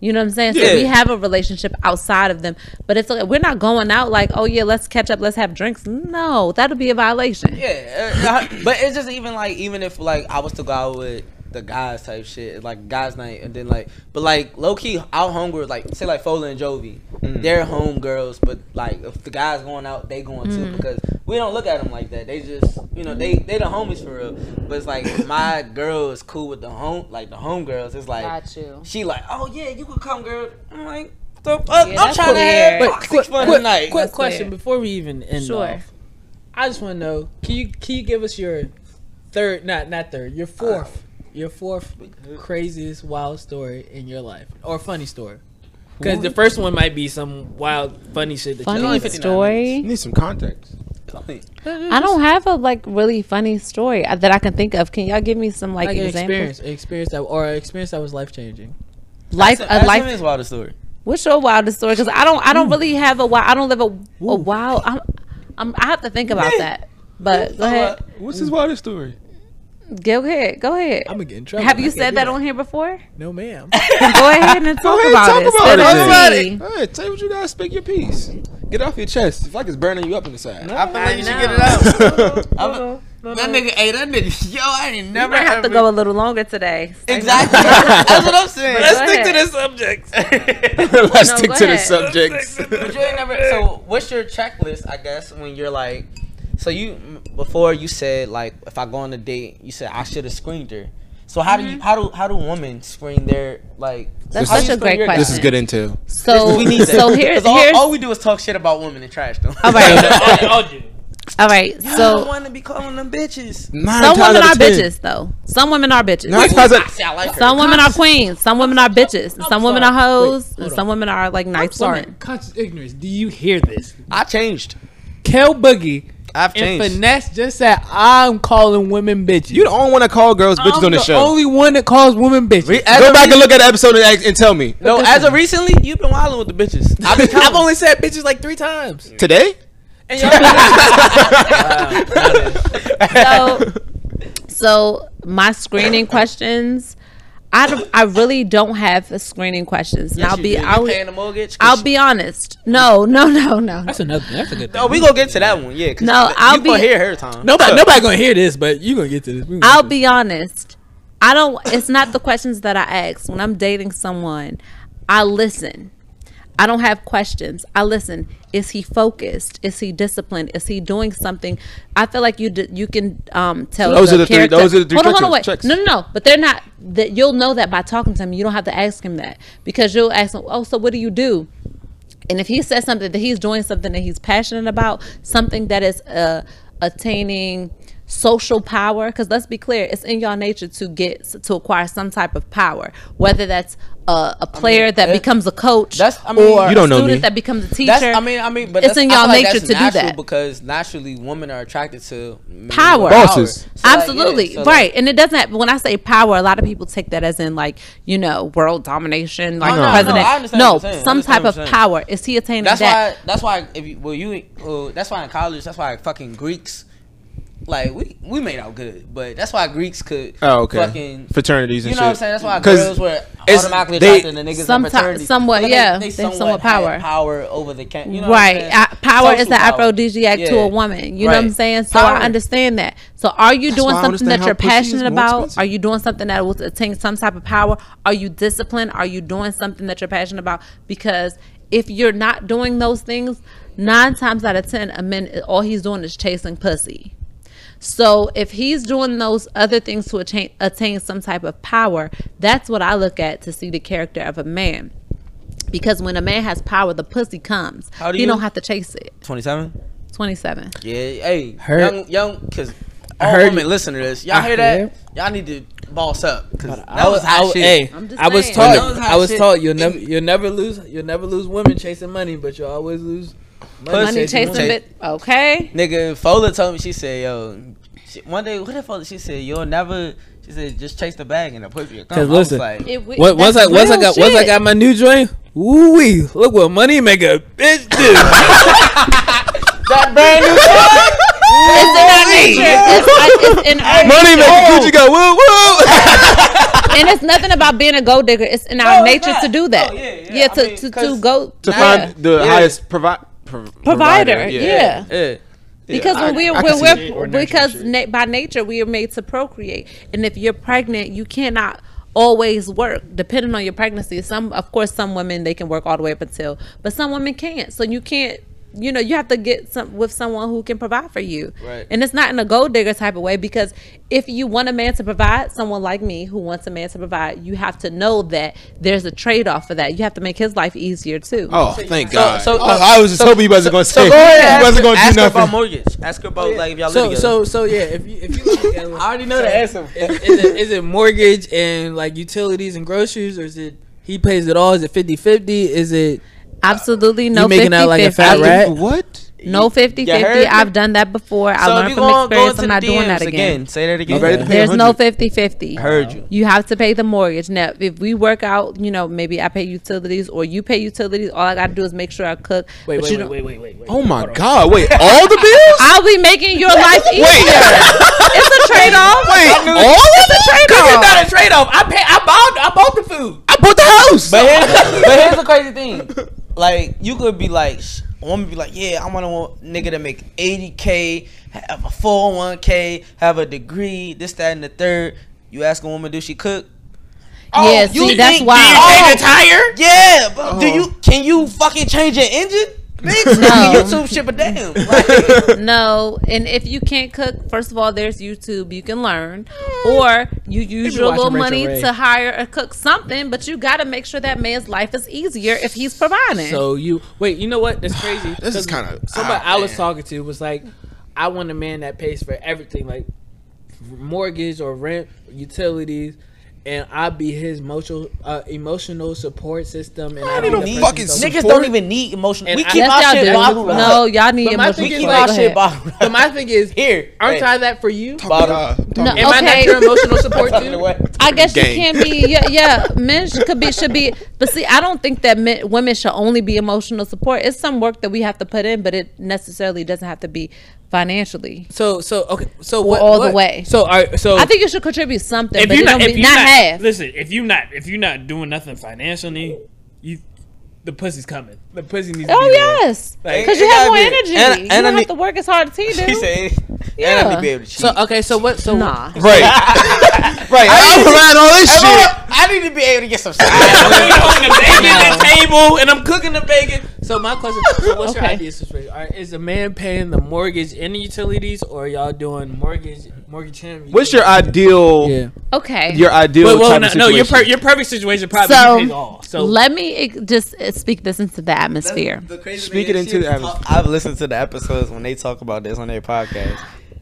You know what I'm saying? So we Yeah. have a relationship outside of them, but it's like we're not going out like, oh yeah, let's catch up, let's have drinks. No, that'll be a violation. yeah, uh, uh, but it's just even like even if like I was to go out with the guys type shit, like guys night, and then like, but like low key out home girls, like say like Fola and Jovi, they're home girls, but like if the guys going out, they going Mm. too because we don't look at them like that. They just you know they they the homies for real. But it's like my girl is cool with the home like the home girls. It's like Got you. she like oh yeah you could come girl. I'm like. what The fuck? Yeah, I'm that's trying to have weird. But toxic quick, fun quick, tonight. quick That's question weird. before we even end Sure. off. I just want to know, can you can you give us your third, not not third, your fourth, your fourth craziest wild story in your life or funny story? Because the first one might be some wild funny shit. That you only Funny 59 You story. need some context. I don't have a like really funny story uh, that I can think of. Can y'all give me some like, like an examples? experience, an experience that or an experience that was life changing. Life, a life. is wild story. What's your wildest story? Because I don't, I don't really have a wild. I don't live a, a wild. I'm, I'm, I have to think about that. But go ahead, What's his water story? go ahead, go ahead. I'm gonna get in trouble. Have I you can't said do that on here before? No, ma'am. Then go ahead and talk ahead, about talk it. about Spill it. the Talk about tea. All right, tell what you guys. Speak your piece. Get it off your chest. It's like it's burning you up inside. I feel like you should get it out. I'm- That nigga, hey, that nigga, yo, I ain't I never might have ever- to go a little longer today. Exactly, that's what I'm saying. Let's Go stick to ahead. the subjects. Let's No, stick go to the ahead. subjects. but you ain't never. So, what's your checklist? I guess when you're like, so you before you said like, if I go on a date, you said I should have screened her. So how do you how do how do women screen their like? Mm-hmm. That's how do such you a screen great your guys? question. this is good intel. So, We need that. so here, 'Cause all, here's all we do is talk shit about women and trash them. all right, I'll do. all right. don't So want to be calling them bitches. Nine some times women out are of ten. bitches, though. Some women are bitches. Nine times I out. say I like her. Some women are queens. Some women are bitches. and Some women are sorry. hoes. Wait, hold and some women are like nice Sorry, women. conscious ignorance. Do you hear this? I changed. Kel Boogie I've and changed. Finesse just said, "I'm calling women bitches." You the only one that call girls bitches I'm on this the show. only one that calls women bitches. Re- as Go of back recent- and look at the episode and, ask- and tell me. No, as of recently, you've been wilding with the bitches. I've been I've only said bitches like three times. Today? And y'all So, so my screening questions. I, don't- I really don't have screening questions. And Yes, I'll you be do. You I'll, paying the mortgage. I'll be honest. No, no, no, no. that's another. That's a good. Oh, we gonna get to that one. Yeah. 'cause No, you I'll gonna be- hear her time. Nobody, nobody gonna hear this, but you gonna get to this. We gonna I'll get be honest. I don't. It's not the questions that I ask when I'm dating someone. I listen. I don't have questions. I listen. Is he focused? Is he disciplined? Is he doing something? I feel like you d- you can um, tell. Those are the three- character- those are the three Hold on, hold on, wait. checks- checks. No, no, no. But they're not. That you'll know that by talking to him. You don't have to ask him that because you'll ask him. Oh, so what do you do? And if he says something that he's doing something that he's passionate about, something that is uh, attaining social power, because let's be clear, it's in your nature to get to acquire some type of power, whether that's a, a player that it- becomes a coach, eh, that's- I mean- or You don't a know me. student that becomes a teacher. That's, I mean, I mean, but it's that's- in I y'all feel like nature that's to do natural that. because naturally women are attracted to men with Power. Bosses. So, like, yeah, Absolutely so, like, right, and it doesn't. Have, when I say power, a lot of people take that as in like you know world domination, like Oh, no, no, president. I understand No, what you're saying. I some understand type what of you're saying. power is he attaining That's that? why. That's why. If you, well, you. Well, that's why in college. That's why fucking Greeks. Like we we made out good, but that's why Greeks could. Oh, okay. Fucking. Fraternities You and know what I'm shit. saying? That's why 'Cause girls were it's- automatically they- attracted to niggas in Sometimes- fraternities. somewhat, But yeah, They they somewhat, somewhat had power. power over the can. You know what I'm right. saying? I, power is Social the power. aphrodisiac to Yeah. a woman. You know what I'm Right. saying? So Power. I understand that. So are you why doing I something understand that how you're pussy is passionate more about? expensive. Are you doing something that will attain some type of power? Are you disciplined? Are you doing something that you're passionate about? Because if you're not doing those things, nine times out of ten, a man all he's doing is chasing pussy. So if he's doing those other things to attain, attain some type of power, that's what I look at to see the character of a man. Because when a man has power, the pussy comes. How do he you- don't have to chase it. 27? Twenty-seven. Yeah, hey, Heard- young, young, because all heard- women listen to this. Y'all I hear that? heard. Y'all need to boss up. Cause that I was was, hot I, shit. hey, I'm just I was saying. That was taught. hot I was shit. taught you'll never, you'll never lose, you'll never lose women chasing money, but you'll always lose money, Pussy Money chasing. chasing women. bit. Okay. Nigga, Fola told me she said, "Yo, she, one day, what the fuck?" She said, "You'll never." She said, "Just chase the bag and the pussy will come." Cause I was listen, like, It, What, once I once I got once I got my new joint, woo wee! Look what money make a bitch do. that brand new it's in our nature. It's, it's in our Money nature. Oh! making Gucci go woo woo. and it's nothing about being a gold digger. It's in our No, it's nature not. to do that. No, yeah, yeah. I to, mean, to 'cause- to go to yeah. find the Yeah. highest provi- pro- provider. yeah. Yeah. Because I- when we're, I can when see we're, that. Or nurture because shit. na- by nature we are made to procreate, and if you're pregnant, you cannot always work. Depending on your pregnancy, some of course some women they can work all the way up until, but some women can't. So you can't. You know, you have to get some with someone who can provide for you, Right. and it's not in a gold digger type of way. Because if you want a man to provide, someone like me who wants a man to provide, you have to know that there's a trade off for that. You have to make his life easier too. Oh, thank So- God. so- oh, I was just hoping you wasn't going to So say. go ahead. you Ask, wasn't going to ask do her about nothing. mortgage. Ask her about like if y'all Oh, So live so together. so yeah. If you if you live together, I already know the answer. Is, is it, is it mortgage and like utilities and groceries, or is it he pays it all? Is it 50-50? Is it Absolutely no. making out like a 50-50. fat rat? What? No 50 You heard 50. me? I've done that before. I So learned you from gonna go experience. into I'm the not doing DMs that again. Say that again. ready to pay There's no 100. 50 50. Heard you. You have to pay the mortgage. Now, if we work out, you know, maybe I pay utilities or you pay utilities, all I got to do is make sure I cook. wait but wait you wait, don't- wait wait wait wait? Oh my God! Wait, all the bills? I'll be making your life easier. it's a trade off. Wait, all of the It's trade not a trade off. I pay. I bought. I bought the food. I bought the house. But here's, but here's the crazy thing. Like you could be like, sh- a woman be like, yeah, I want a nigga to make 80k, have a 401k, have a degree, this, that, and the third. You ask a woman, do she cook? Oh, yeah, see, that's why. DJ the tire? Yeah, but do you? Can you fucking change your engine? Bitch, No. YouTube shit, but damn. Like, No, and if you can't cook, first of all, there's YouTube. You can learn, Mm. or you use your watching little Rachel money Ray. to hire a cook something. But you got to make sure that man's life is easier if he's providing. So you wait, you know what? That's crazy. This is 'Cause kinda- somebody ah, I was man. talking to was like, I want a man that pays for everything, like mortgage or rent, utilities. And I'll be his emotional uh, emotional support system. And I need no fucking niggas Support. don't even need emotional. And We I- keep Yes, our Yes, shit y'all do. bottled up. No, y'all need But my emotional thing we is keep like- our support. Go shit ahead. bottled So up. my thing is, Here, aren't hey. I that for you? Talk to her. Talk No, to her. Am I not Okay. your emotional support Talking to too? what? I guess Gang. you can be. Yeah, yeah, men sh- could be should be. But see, I don't think that men, women should only be emotional support. It's some work that we have to put in, but it necessarily doesn't have to be financially. So so okay. So what? all the what- way. So all right. So I think you should contribute something, If but you're it don't not, if be you're not, not, half. listen, if you're not, if you're not doing nothing financially, you, the pussy's coming. the pussy needs. to Oh be there. yes, Like- because you It have gotta more be- energy. and- you and I don't have need- to work as hard as he do. She said, Yeah. and I need to be able to cheat. So okay. So what? So Nah. Right, right. I I'm need- around all this Hey, shit. mama, I need to be able to get some I'm shit. holding the baby at the table, and I'm cooking the bacon. So my question: so What's your Okay. idea situation? All right, is a man paying the mortgage and the utilities, or y'all doing mortgage mortgage him? What's your ideal? yeah? Okay. Your ideal But well, type no, of no, situation. your per, your perfect situation probably So, you pay all. So Let me ex- just uh, speak this into the atmosphere. Speak it into the atmosphere. I've listened to the episodes when they talk about this on their podcast.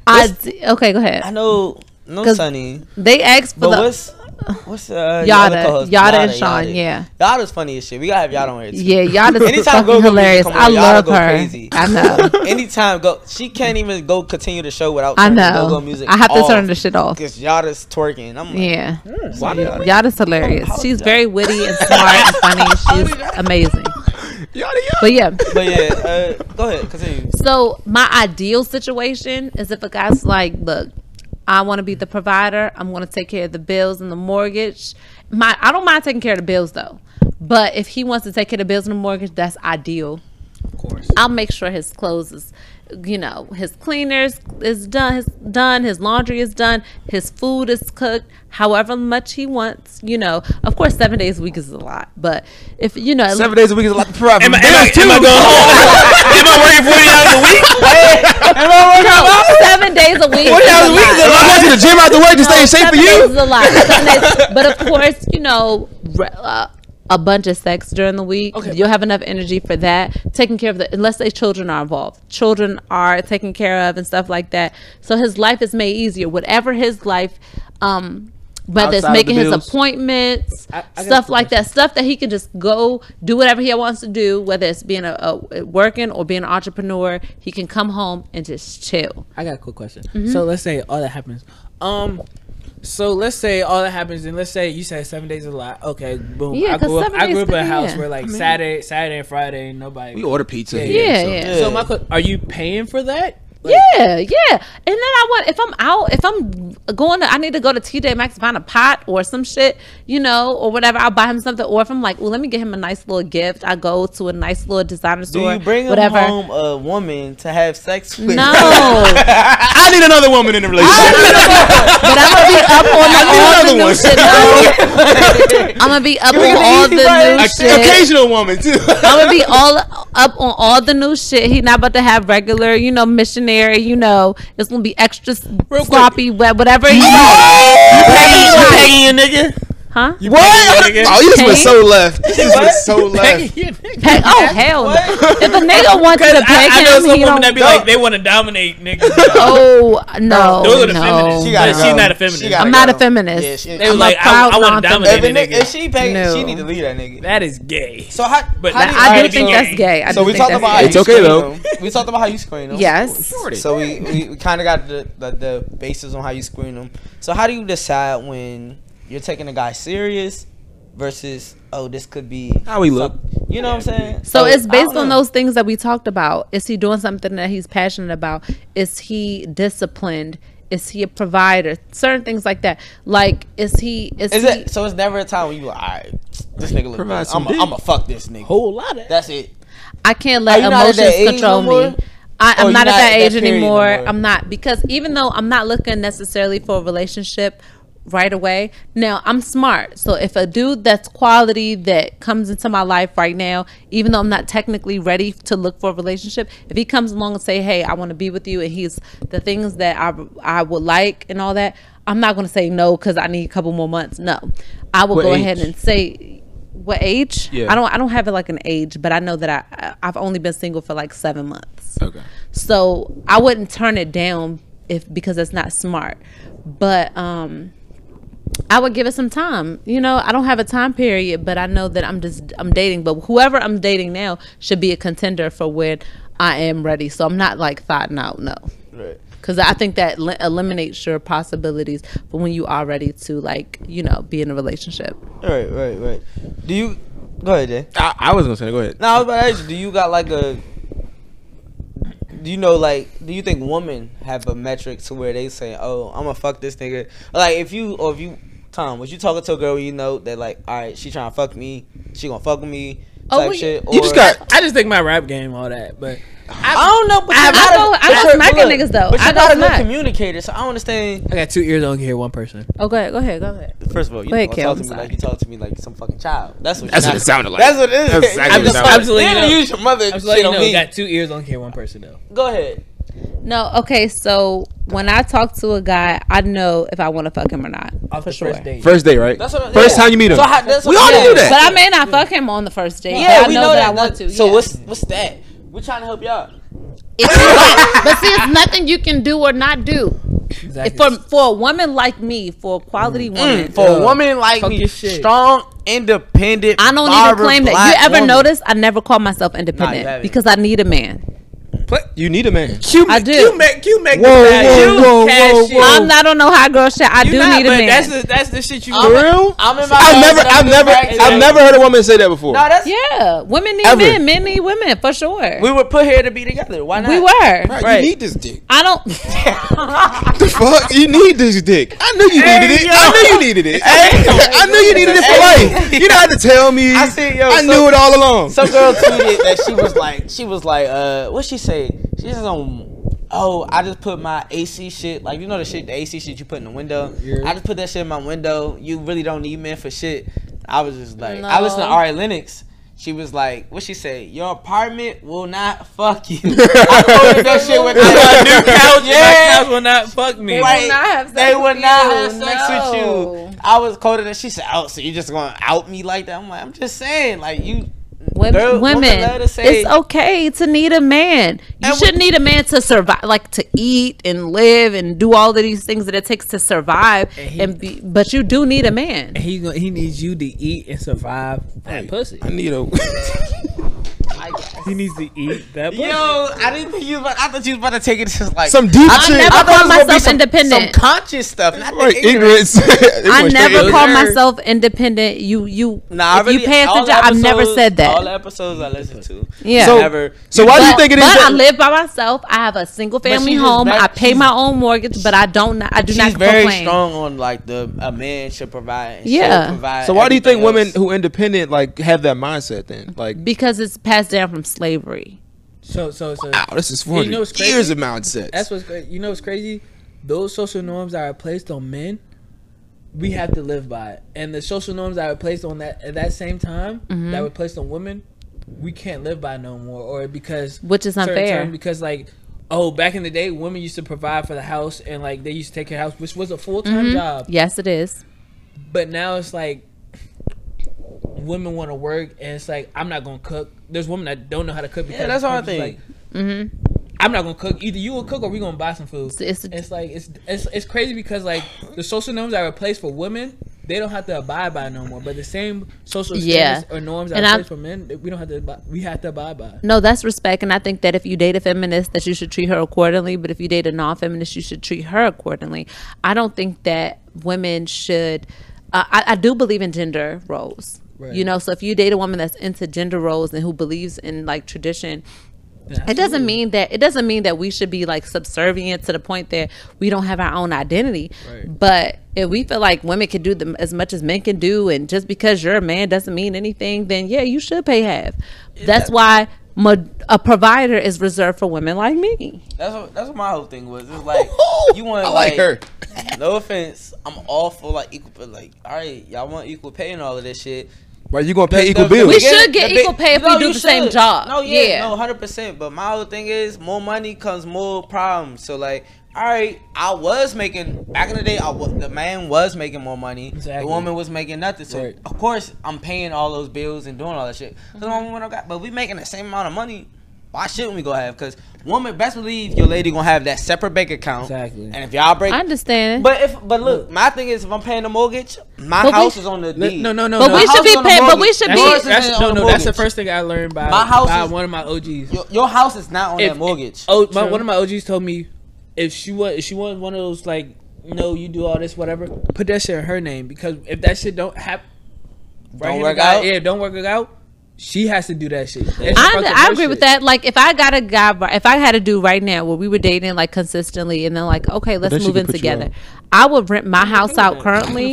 I d- okay, go ahead. I know, no 'Cause- Sunny, They asked for but the what's what's uh, your Yada. other co-host? Yada and Sean, yeah. Yada's funny as shit. We gotta have Yada on here. Too. yeah, y'all just Anytime fucking Go-Go music hilarious. come on, I y'all love go her. crazy. I know. Anytime go, she can't even go continue the show without. I turning know. Go-Go music I have to turn the shit off. because Yada's twerking. I'm like, Yeah. why do Yada? Yada's hilarious. How- She's very witty and smart and funny. She's amazing. Yada, yada. But yeah. But yeah, uh, go ahead, continue. So my ideal situation is if a guy's like, look, I want to be the provider. I'm going to take care of the bills and the mortgage. My I don't mind taking care of the bills though. But if he wants to take care of the bills and the mortgage, that's ideal. Of course. I'll make sure his clothes is, you know, his cleaners is done, his done, his laundry is done, his food is cooked, however much he wants. You know, of course, seven days a week is a lot, but if you know, Seven days a week is a lot of problem. am I, am, Bills, I, too. am I going home? am I working forty hours a No, week? seven days a week, Forty is hours a a week is lot. a lot. I go to the gym out the way to stay in shape for seven days you. is a lot. Seven days- but of course, you know, re- uh, a bunch of sex during the week. Okay. You'll have enough energy for that. Taking care of the, unless they children are involved, children are taken care of and stuff like that. So his life is made easier. Whatever his life, um, whether Outside of it's making the his bills. appointments, I- I got stuff a like that, stuff that he can just go do whatever he wants to do, whether it's being a, a working or being an entrepreneur, he can come home and just chill. I got a quick question. Mm-hmm. So let's say all that happens. Um, so let's say all that happens, and let's say you said seven days is a lot. Okay, boom. Yeah, I grew 'cause up. seven I grew days up in a could- house yeah. where like Saturday, Saturday and Friday, nobody. We order pizza. Yeah, here, Yeah, so- yeah. So my, que- are you paying for that? Like, yeah, yeah. And then I going, if I'm out, if I'm going, to, I need to go to TJ Maxx find a pot or some shit, you know, or whatever. I'll buy him something. Or if I'm like, well, let me get him a nice little gift. I go to a nice little designer Do store. you bring whatever. home a woman to have sex with? No. I need another woman in the relationship. But I'm gonna be up on all the another new one. shit. No. I'm gonna be up on an all easy the button? new A- shit. Occasional woman too. I'm gonna be all up on all the new shit. He not about to have regular, you know, missionary. You know, it's gonna be extra s- sloppy, wet, whatever. You Peggy, you nigga. huh? what? Nigga. Oh, you just went Hey. so left. You just went so left. Peggy, you nigga. Peg- oh hell! no. If a nigga wants you to peg I, I know him, some he women don't. that be like they want to dominate niggas. oh no, Those are the no. feminists. She gotta But she's go. not a feminist. She gotta I'm not go. a feminist. Yeah, she- They I'm were a like, I, proud I want to non-feminist. If, dominate a a nigga, if nigga. she pay, No. she need to leave that nigga. That is gay. So how? But how that- do you- I Alright, do think gay. that's gay. I so do we think talked that's about how gay. you It's okay, screen though. them. We talked about how you screen them. Yes. So we, we, kind of got the, the the basis on how you screen them. So how do you decide when you're taking a guy serious versus oh this could be How he look. You know what I'm saying? So it's I based don't on know. those things that we talked about. Is he doing something that he's passionate about? Is he disciplined? Is he a provider? Certain things like that. Like, is he? Is, Is he? it? So it's never a time when you like, all right, this nigga look. Provide Good. some I'm dick. gonna fuck this nigga. Whole lot of That's it. I can't Are let you not at that emotions age control no more? me. I, Oh, I'm you're not, at that, age period no anymore. more. I'm not because even though I'm not looking necessarily for a relationship right away, now I'm smart. So if a dude that's quality that comes into my life right now, even though I'm not technically ready to look for a relationship, if he comes along and say, "Hey, I want to be with you," and he's the things that I I would like and all that, I'm not going to say no because I need a couple more months. No, I will What go age? ahead and say what age? Yeah. I don't I don't have it like an age, but I know that I- I I've only been single for like seven months. Okay. So I wouldn't turn it down if because that's not smart. But um I would give it some time. You know, I don't have a time period, but I know that I'm just I'm dating. But whoever I'm dating now should be a contender for when I am ready. So I'm not like thoughting out, no. Right. Because I think that li- eliminates your possibilities for when you are ready to, like, you know, be in a relationship. Right. Right. Right. Do you? Go ahead, Jay. I, I was gonna say, go ahead. No, I was about to ask you, do you got like a do you know like do you think women have a metric to where they say, Oh, I'm gonna fuck this nigga Or, like if you or if you Tom, was you talking to a girl you know that like, alright, she trying to fuck me, she gonna fuck with me type Oh, well, shit. you just or- got- I just think my rap game, all that, but I don't know, but I- you I gotta- go- I but go you're- smack at look, niggas, though. But you I go gotta be smack. a communicator, so I don't understand I got two ears. I Don't hear one person. Oh, go ahead, go ahead, go ahead. first of all, you Go ahead, don't talk Kel, to I'm me sorry. like you talk to me like some fucking child. That's what That's you what it sounded like. That's what it is. That's exactly I'm just- what it I'm sounded just letting like. you Then know. use your mother I'm just shit letting you on know. me. Got two ears. Don't hear one person though. Go ahead. No, okay, so when I talk to a guy, I know if I want to fuck him or not. Off For the sure. first date. First day, right? That's what- First yeah. time you meet him. So how- that's we what- all yeah. do But that. I may not fuck him on the first date. Yeah, but I we know, know, that, I That- want to. So yeah. what's what's that? We're trying to help y'all. It's like- but see, it's nothing you can do or not do. Exactly. For for a woman like me, for a quality Mm. woman, Mm. For a woman like Mm. Talk me, your shit. strong, independent. I don't Barbara even claim that. Black You ever woman. notice I never call myself independent haven't. because I need a man. You need a man. Q, I do. Q make Q make Whoa, the bag. whoa, You whoa, cash whoa, shit. whoa. I'm not on no hot girl shit. I You do not, need a but man. That's the that's the shit you. For real? I'm in my I've bag, never, but I'm I've in never, my bag. I've never heard a woman say that before. No, that's yeah, women need Ever. men. Men need women for sure. we were put here to be together. Why not? we were. Right, Right. You need this dick. I don't. The fuck? You need this dick. I knew you needed it. I knew you needed it. I knew you needed it for Hey. life. You don't have to tell me. I see, yo, I so- knew it all along. Some girl tweeted that she was like, she was like, uh, what she say? She says, um, oh, I just put my AC shit, like you know the shit, the AC shit you put in the window. I just put that shit in my window. You really don't need men for shit. I was just like, I listen to No. Ari Lennox. She was like, what she say? Your apartment will not fuck you. I quoted that shit with A that new couch. Yeah. My couch will not fuck me. Right. will not have sex they with will you. not have sex with No. you. I was quoted that she said, "Oh, so you just gonna out me like that?" I'm like, I'm just saying, like you, Women, Girl, woman women, love to say- it's okay to need a man. You And should need a man to survive, like to eat and live and do all of these things that it takes to survive. And, be, but you do need a man. He gonna- he needs you to eat and survive that pussy. I need a. I guess. He needs to eat that. Yo, pussy. I didn't think you. Was about, I thought you was about to take it to like Some deep I've shit. never I thought it was called gonna be myself some- independent. some conscious stuff. Not the Right, ignorant ignorance. It I was never straight called ignorance. myself independent. You you Nah, I if really, you pass the all job. I've never episodes- said that. All the episodes I listened to. Yeah. So, never. so why do you But- think it is? But that- I live by myself. I have a single family she's home. very- I pay my own mortgage, but I don't. I do She's not very complain. strong on like the a man should provide. and she Yeah. should provide So why do you think everything women else. who independent like have that mindset then? Like, because it's passed down from slavery. So so so wow, this is know forty what's crazy? years of mindset. that's what's crazy. You know what's crazy? Those social norms that are placed on men, we have to live by. it. And the social norms that are placed on that at that same time that were placed on women, we can't live by no more. Or because Which is certain unfair. term- because like oh back in the day women used to provide for the house and like they used to take care of the house which was a full Mm-hmm. time job. Yes, it is. But now it's like women want to work and it's like I'm not gonna cook. There's women that don't know how to cook because Yeah, that's I'm what I just think. like, I'm not gonna cook. Either you will cook or we gonna buy some food. Mm-hmm. It's, it's, It's like it's it's it's crazy because like the social norms that are placed for women, they don't have to abide by no more. But the same social Yeah. standards or norms that And are I- placed for men, that we don't have to abide, we have to abide by. no, that's respect, and I think that if you date a feminist, that you should treat her accordingly. But if you date a non-feminist, you should treat her accordingly. I don't think that women should. Uh, I, I do believe in gender roles. Right. You know, so if you date a woman that's into gender roles and who believes in like tradition, Yeah, it doesn't absolutely. mean that it doesn't mean that we should be like subservient to the point that we don't have our own identity Right. but if we feel like women can do the, as much as men can do and just because you're a man doesn't mean anything then yeah you should pay half that's why ma- a provider is reserved for women like me That's what that's what my whole thing was. It's like you want I like her. No offense, I'm all for like equal, but like all right, y'all want equal pay and all of this shit. Why you gonna pay equal the- the bills? We beginning- should get the equal pay if we No, do you the same job. No, yeah, Yeah. no, hundred percent. But my whole thing is, more money comes more problems. So like, all right, I was making back in the day. I wa- the man was making more money. Exactly. The woman was making nothing. So Right. of course, I'm paying all those bills and doing all that shit. Cause Mm-hmm. the woman don't got, but we making the same amount of money. Why shouldn't we go have? Because woman, best believe your lady gonna have that separate bank account. Exactly. And if y'all break, i understand but but, if but look, my thing is, if I'm paying the mortgage, my But we- house is on the deed. No, no, no, But no. we My should house be is on the paid- but mortgage. we should That's, be- Yours that's, isn't that's- on no, the no. That's the mortgage. first thing I learned by My house by is- one of my OGs. Your, your house is not on that mortgage. Oh, my, True. one of my OGs told me if she was if she was one of those like no, you do all this whatever, put that shit in her name because if that shit don't happen, Don't work out? Yeah, don't work it out. She has to do that shit. That shit fucking I, I her agree with shit. that. Like, if I got a guy, if I had to do right now where we were dating like consistently, and then like, okay, let's then she move could in put you together. out. I would rent my house out currently,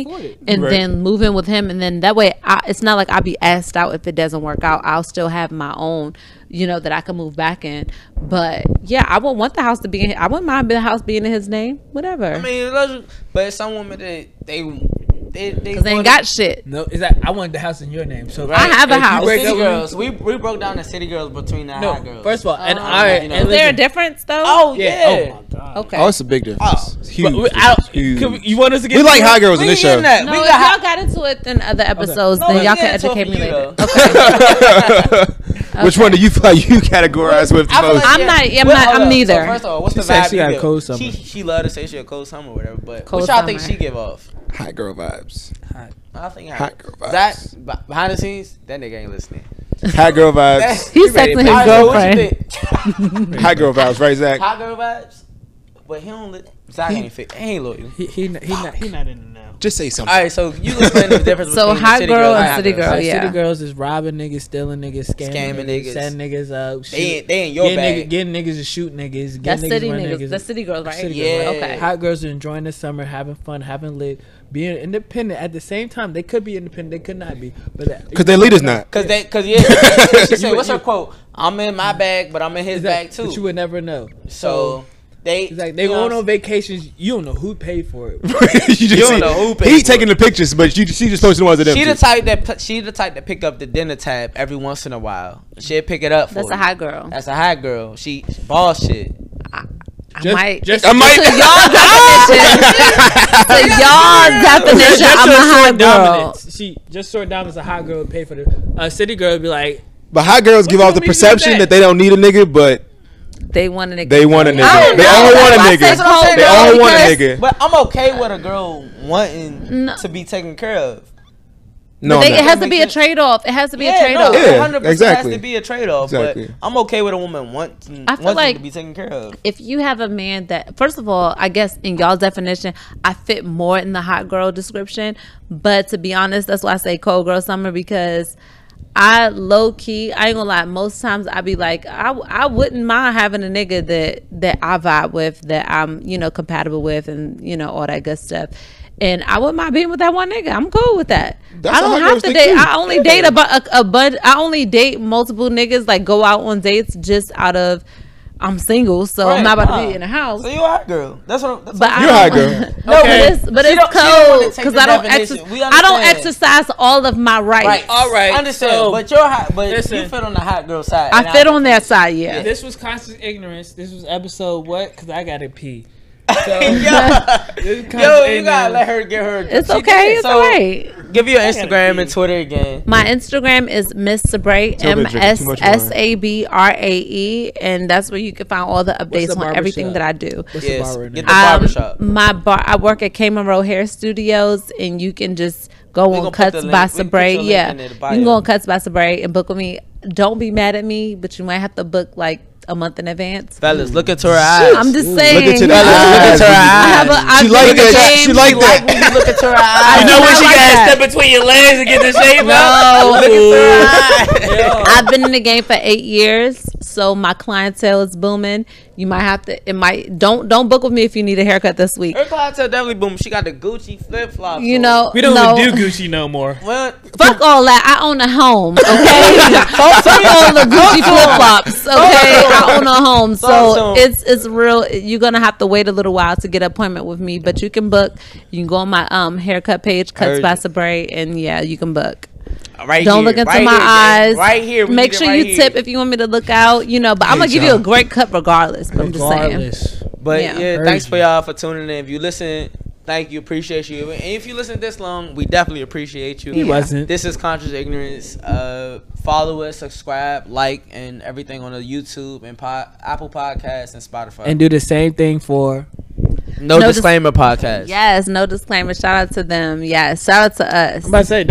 afford it. and Right. then move in with him, and then that way, I, it's not like I'll be asked out if it doesn't work out. I'll still have my own, you know, that I can move back in. But yeah, I would want the house to be. In, I wouldn't mind the house being in his name, whatever. I mean, those- but some women they they they, they, 'Cause they ain't wanna- got shit. No, is that I wanted the house in your name. So Right. I have a if you house. break city up with me- girls. We we broke down the city girls between the high No, girls. first of all, and Oh. all right, You know. and Is there a listen, difference though? oh yeah, yeah, oh my god. okay. Oh, it's a big difference. Oh. But It's huge. we, I don't, Huge. can we, you want us to get we like high girls we in this show. in that. No, we if got y'all got into it in other episodes, No, then y'all we can ain't talking educate me to you, later. though. Okay. Which one do you feel like you categorize with the I feel most? I'm not- I'm well, not- hold I'm up. neither. So first of all, what's She the said vibe? she you got give? cold summer. She she loved to say she a cold summer or whatever. But Cold what y'all think summer. she give off? hot girl vibes. I think I, Hot girl vibes. that be- behind the scenes that nigga ain't listening. Hot girl vibes. He's texting his All right, so what you girlfriend. think? Hot girl vibes. Right, Zach? Hot girl vibes, but he don't. Li- Zach ain't fit. He ain't loyal. He, he, he not, he He not. not in it now. Just say something. All right, so you explain the difference So between hot city girl girls and hot city girls. girl. Like, yeah. City girls is robbing niggas, stealing niggas, scamming, Scamming niggas, niggas. setting niggas up. Shoot, They ain't, they ain't your getting, nigga, bag. getting niggas to shoot niggas. That's getting city run niggas. That's city girls, right? City Yeah. girls, Okay. Hot girls are enjoying the summer, having fun, having lit, being independent. At the same time, they could be independent, they could not be. But that, Cause their leader's not. Cause they, cause yeah, she said, You- "What's her you- quote? I'm in my bag, but I'm in his bag Exact- too." But you would never know. so they, It's like they you know going what on I'm vacations. You don't know who paid for it. you just don't see- know who paid for he it. taking the pictures, but you she just posting the ones of them. saying? She the two. type that pu- she the type that pick up the dinner tab every once in a while. She'll pick it up. For That's a you. hot girl. That's a hot girl. She boss shit. I Just- might. just- I to y'all might. definition. to y'all definition, Just I'm her a hot short girl. Uh, dominance. She just short dominance. A hot girl would pay for the. A city girl would be like, But hot girls give What off you the mean you do perception that? that they don't need a nigga, but They want a nigga. They want a nigga. I don't They know. only want a If I nigga. say That's what I'm saying, They though, all because- want a nigga. But I'm okay with a girl wanting No. to be taken care of. No, they, I'm it not. has to be a trade off. It has to be a trade no, off. Yeah, it 100% exactly. has to be a trade off. Exactly. But I'm okay with a woman wanting, I feel wanting like- to be taken care of. if you have a man that first of all i guess in y'all definition i fit more in the hot girl description but to be honest that's why i say cold girl summer because i low-key i ain't gonna lie most times i be like I, I wouldn't mind having a nigga that that i vibe with that i'm you know compatible with and you know all that good stuff and I wouldn't mind being with that one nigga. I'm cool with that. That's how I don't girls have to think date. too. I only date a, bu- a, a bud. I only date multiple niggas. Like go out on dates just out of I'm single, so Oh, I'm not about to Right, be in the house. So you a hot girl. That's what. I'm, that's But what I'm I You're hot, don't- girl. No, Okay. but it's but She it's don't- she don't wanna cold take because the I don't definition. exercise. We I don't understand. exercise all of my rights. Right. All right, I understand. so- but you're hot. But Listen. you fit on the hot girl side. and I fit on that side, yeah. This was conscious ignorance. This was episode what? Because I gotta pee. So, Yo, this is yo, conscious you gotta ignorance. let her get her. It's she okay. did. It's So, alright. Give your gotta Instagram and pee. Twitter again. My Instagram is Miss Sabrae, Tell M them they're S drinking too much wine. S A B R A E, and that's where you can find all the the updates on barber everything shop? that I do. What's the Yes, bar right get the now? barbershop. Um, my bar, I work at Cayman Row Hair Studios, and you can just go We on gonna put Cuts the by link- we can put your Sabre. link Yeah, in there you to can bio. go on Cuts by Sabre and book with me. Don't be mad at me, but you might have to book like a month in advance. Fellas, look into her eyes. I'm just Look saying. into the I eyes. Look into her eyes. have a. I She like drink that. games. She like that. when you look into her eyes. You know when she like got that. to step between your legs and get the shape No. up? Look Yo. I've been in the game for eight years, so my clientele is booming. You might have to. It might. Don't don't book with me if you need a haircut this week. Her clientele definitely boom. She got the Gucci flip flops. You know, We don't no, even do Gucci no more. Well, Fuck all that. I own a home. Okay. fuck all the Gucci flip flops. Okay. I own a home, Talk so soon. it's it's real. You're gonna have to wait a little while to get an appointment with me, but you can book. You can go on my um haircut page, cuts Heard by you. Sabre, and yeah, you can book. right Don't here, look into right my here, gang. eyes. Right here. we Make need it sure right you here. tip if you want me to look out, you know. But I'm gonna give you a great cut regardless. But I'm just saying. Regardless. But Yeah. yeah, Heard thanks you. for y'all for tuning in. If you listen, thank you, appreciate you. And if you listen this long, we definitely appreciate you. He wasn't. This is Conscious Ignorance. Uh, follow us, subscribe, like, and everything on the YouTube and po- Apple Podcasts and Spotify. And do the same thing for no, No dis- disclaimer podcast. Yes, no disclaimer. Shout out to them. Yes, shout out to us. I'm about to say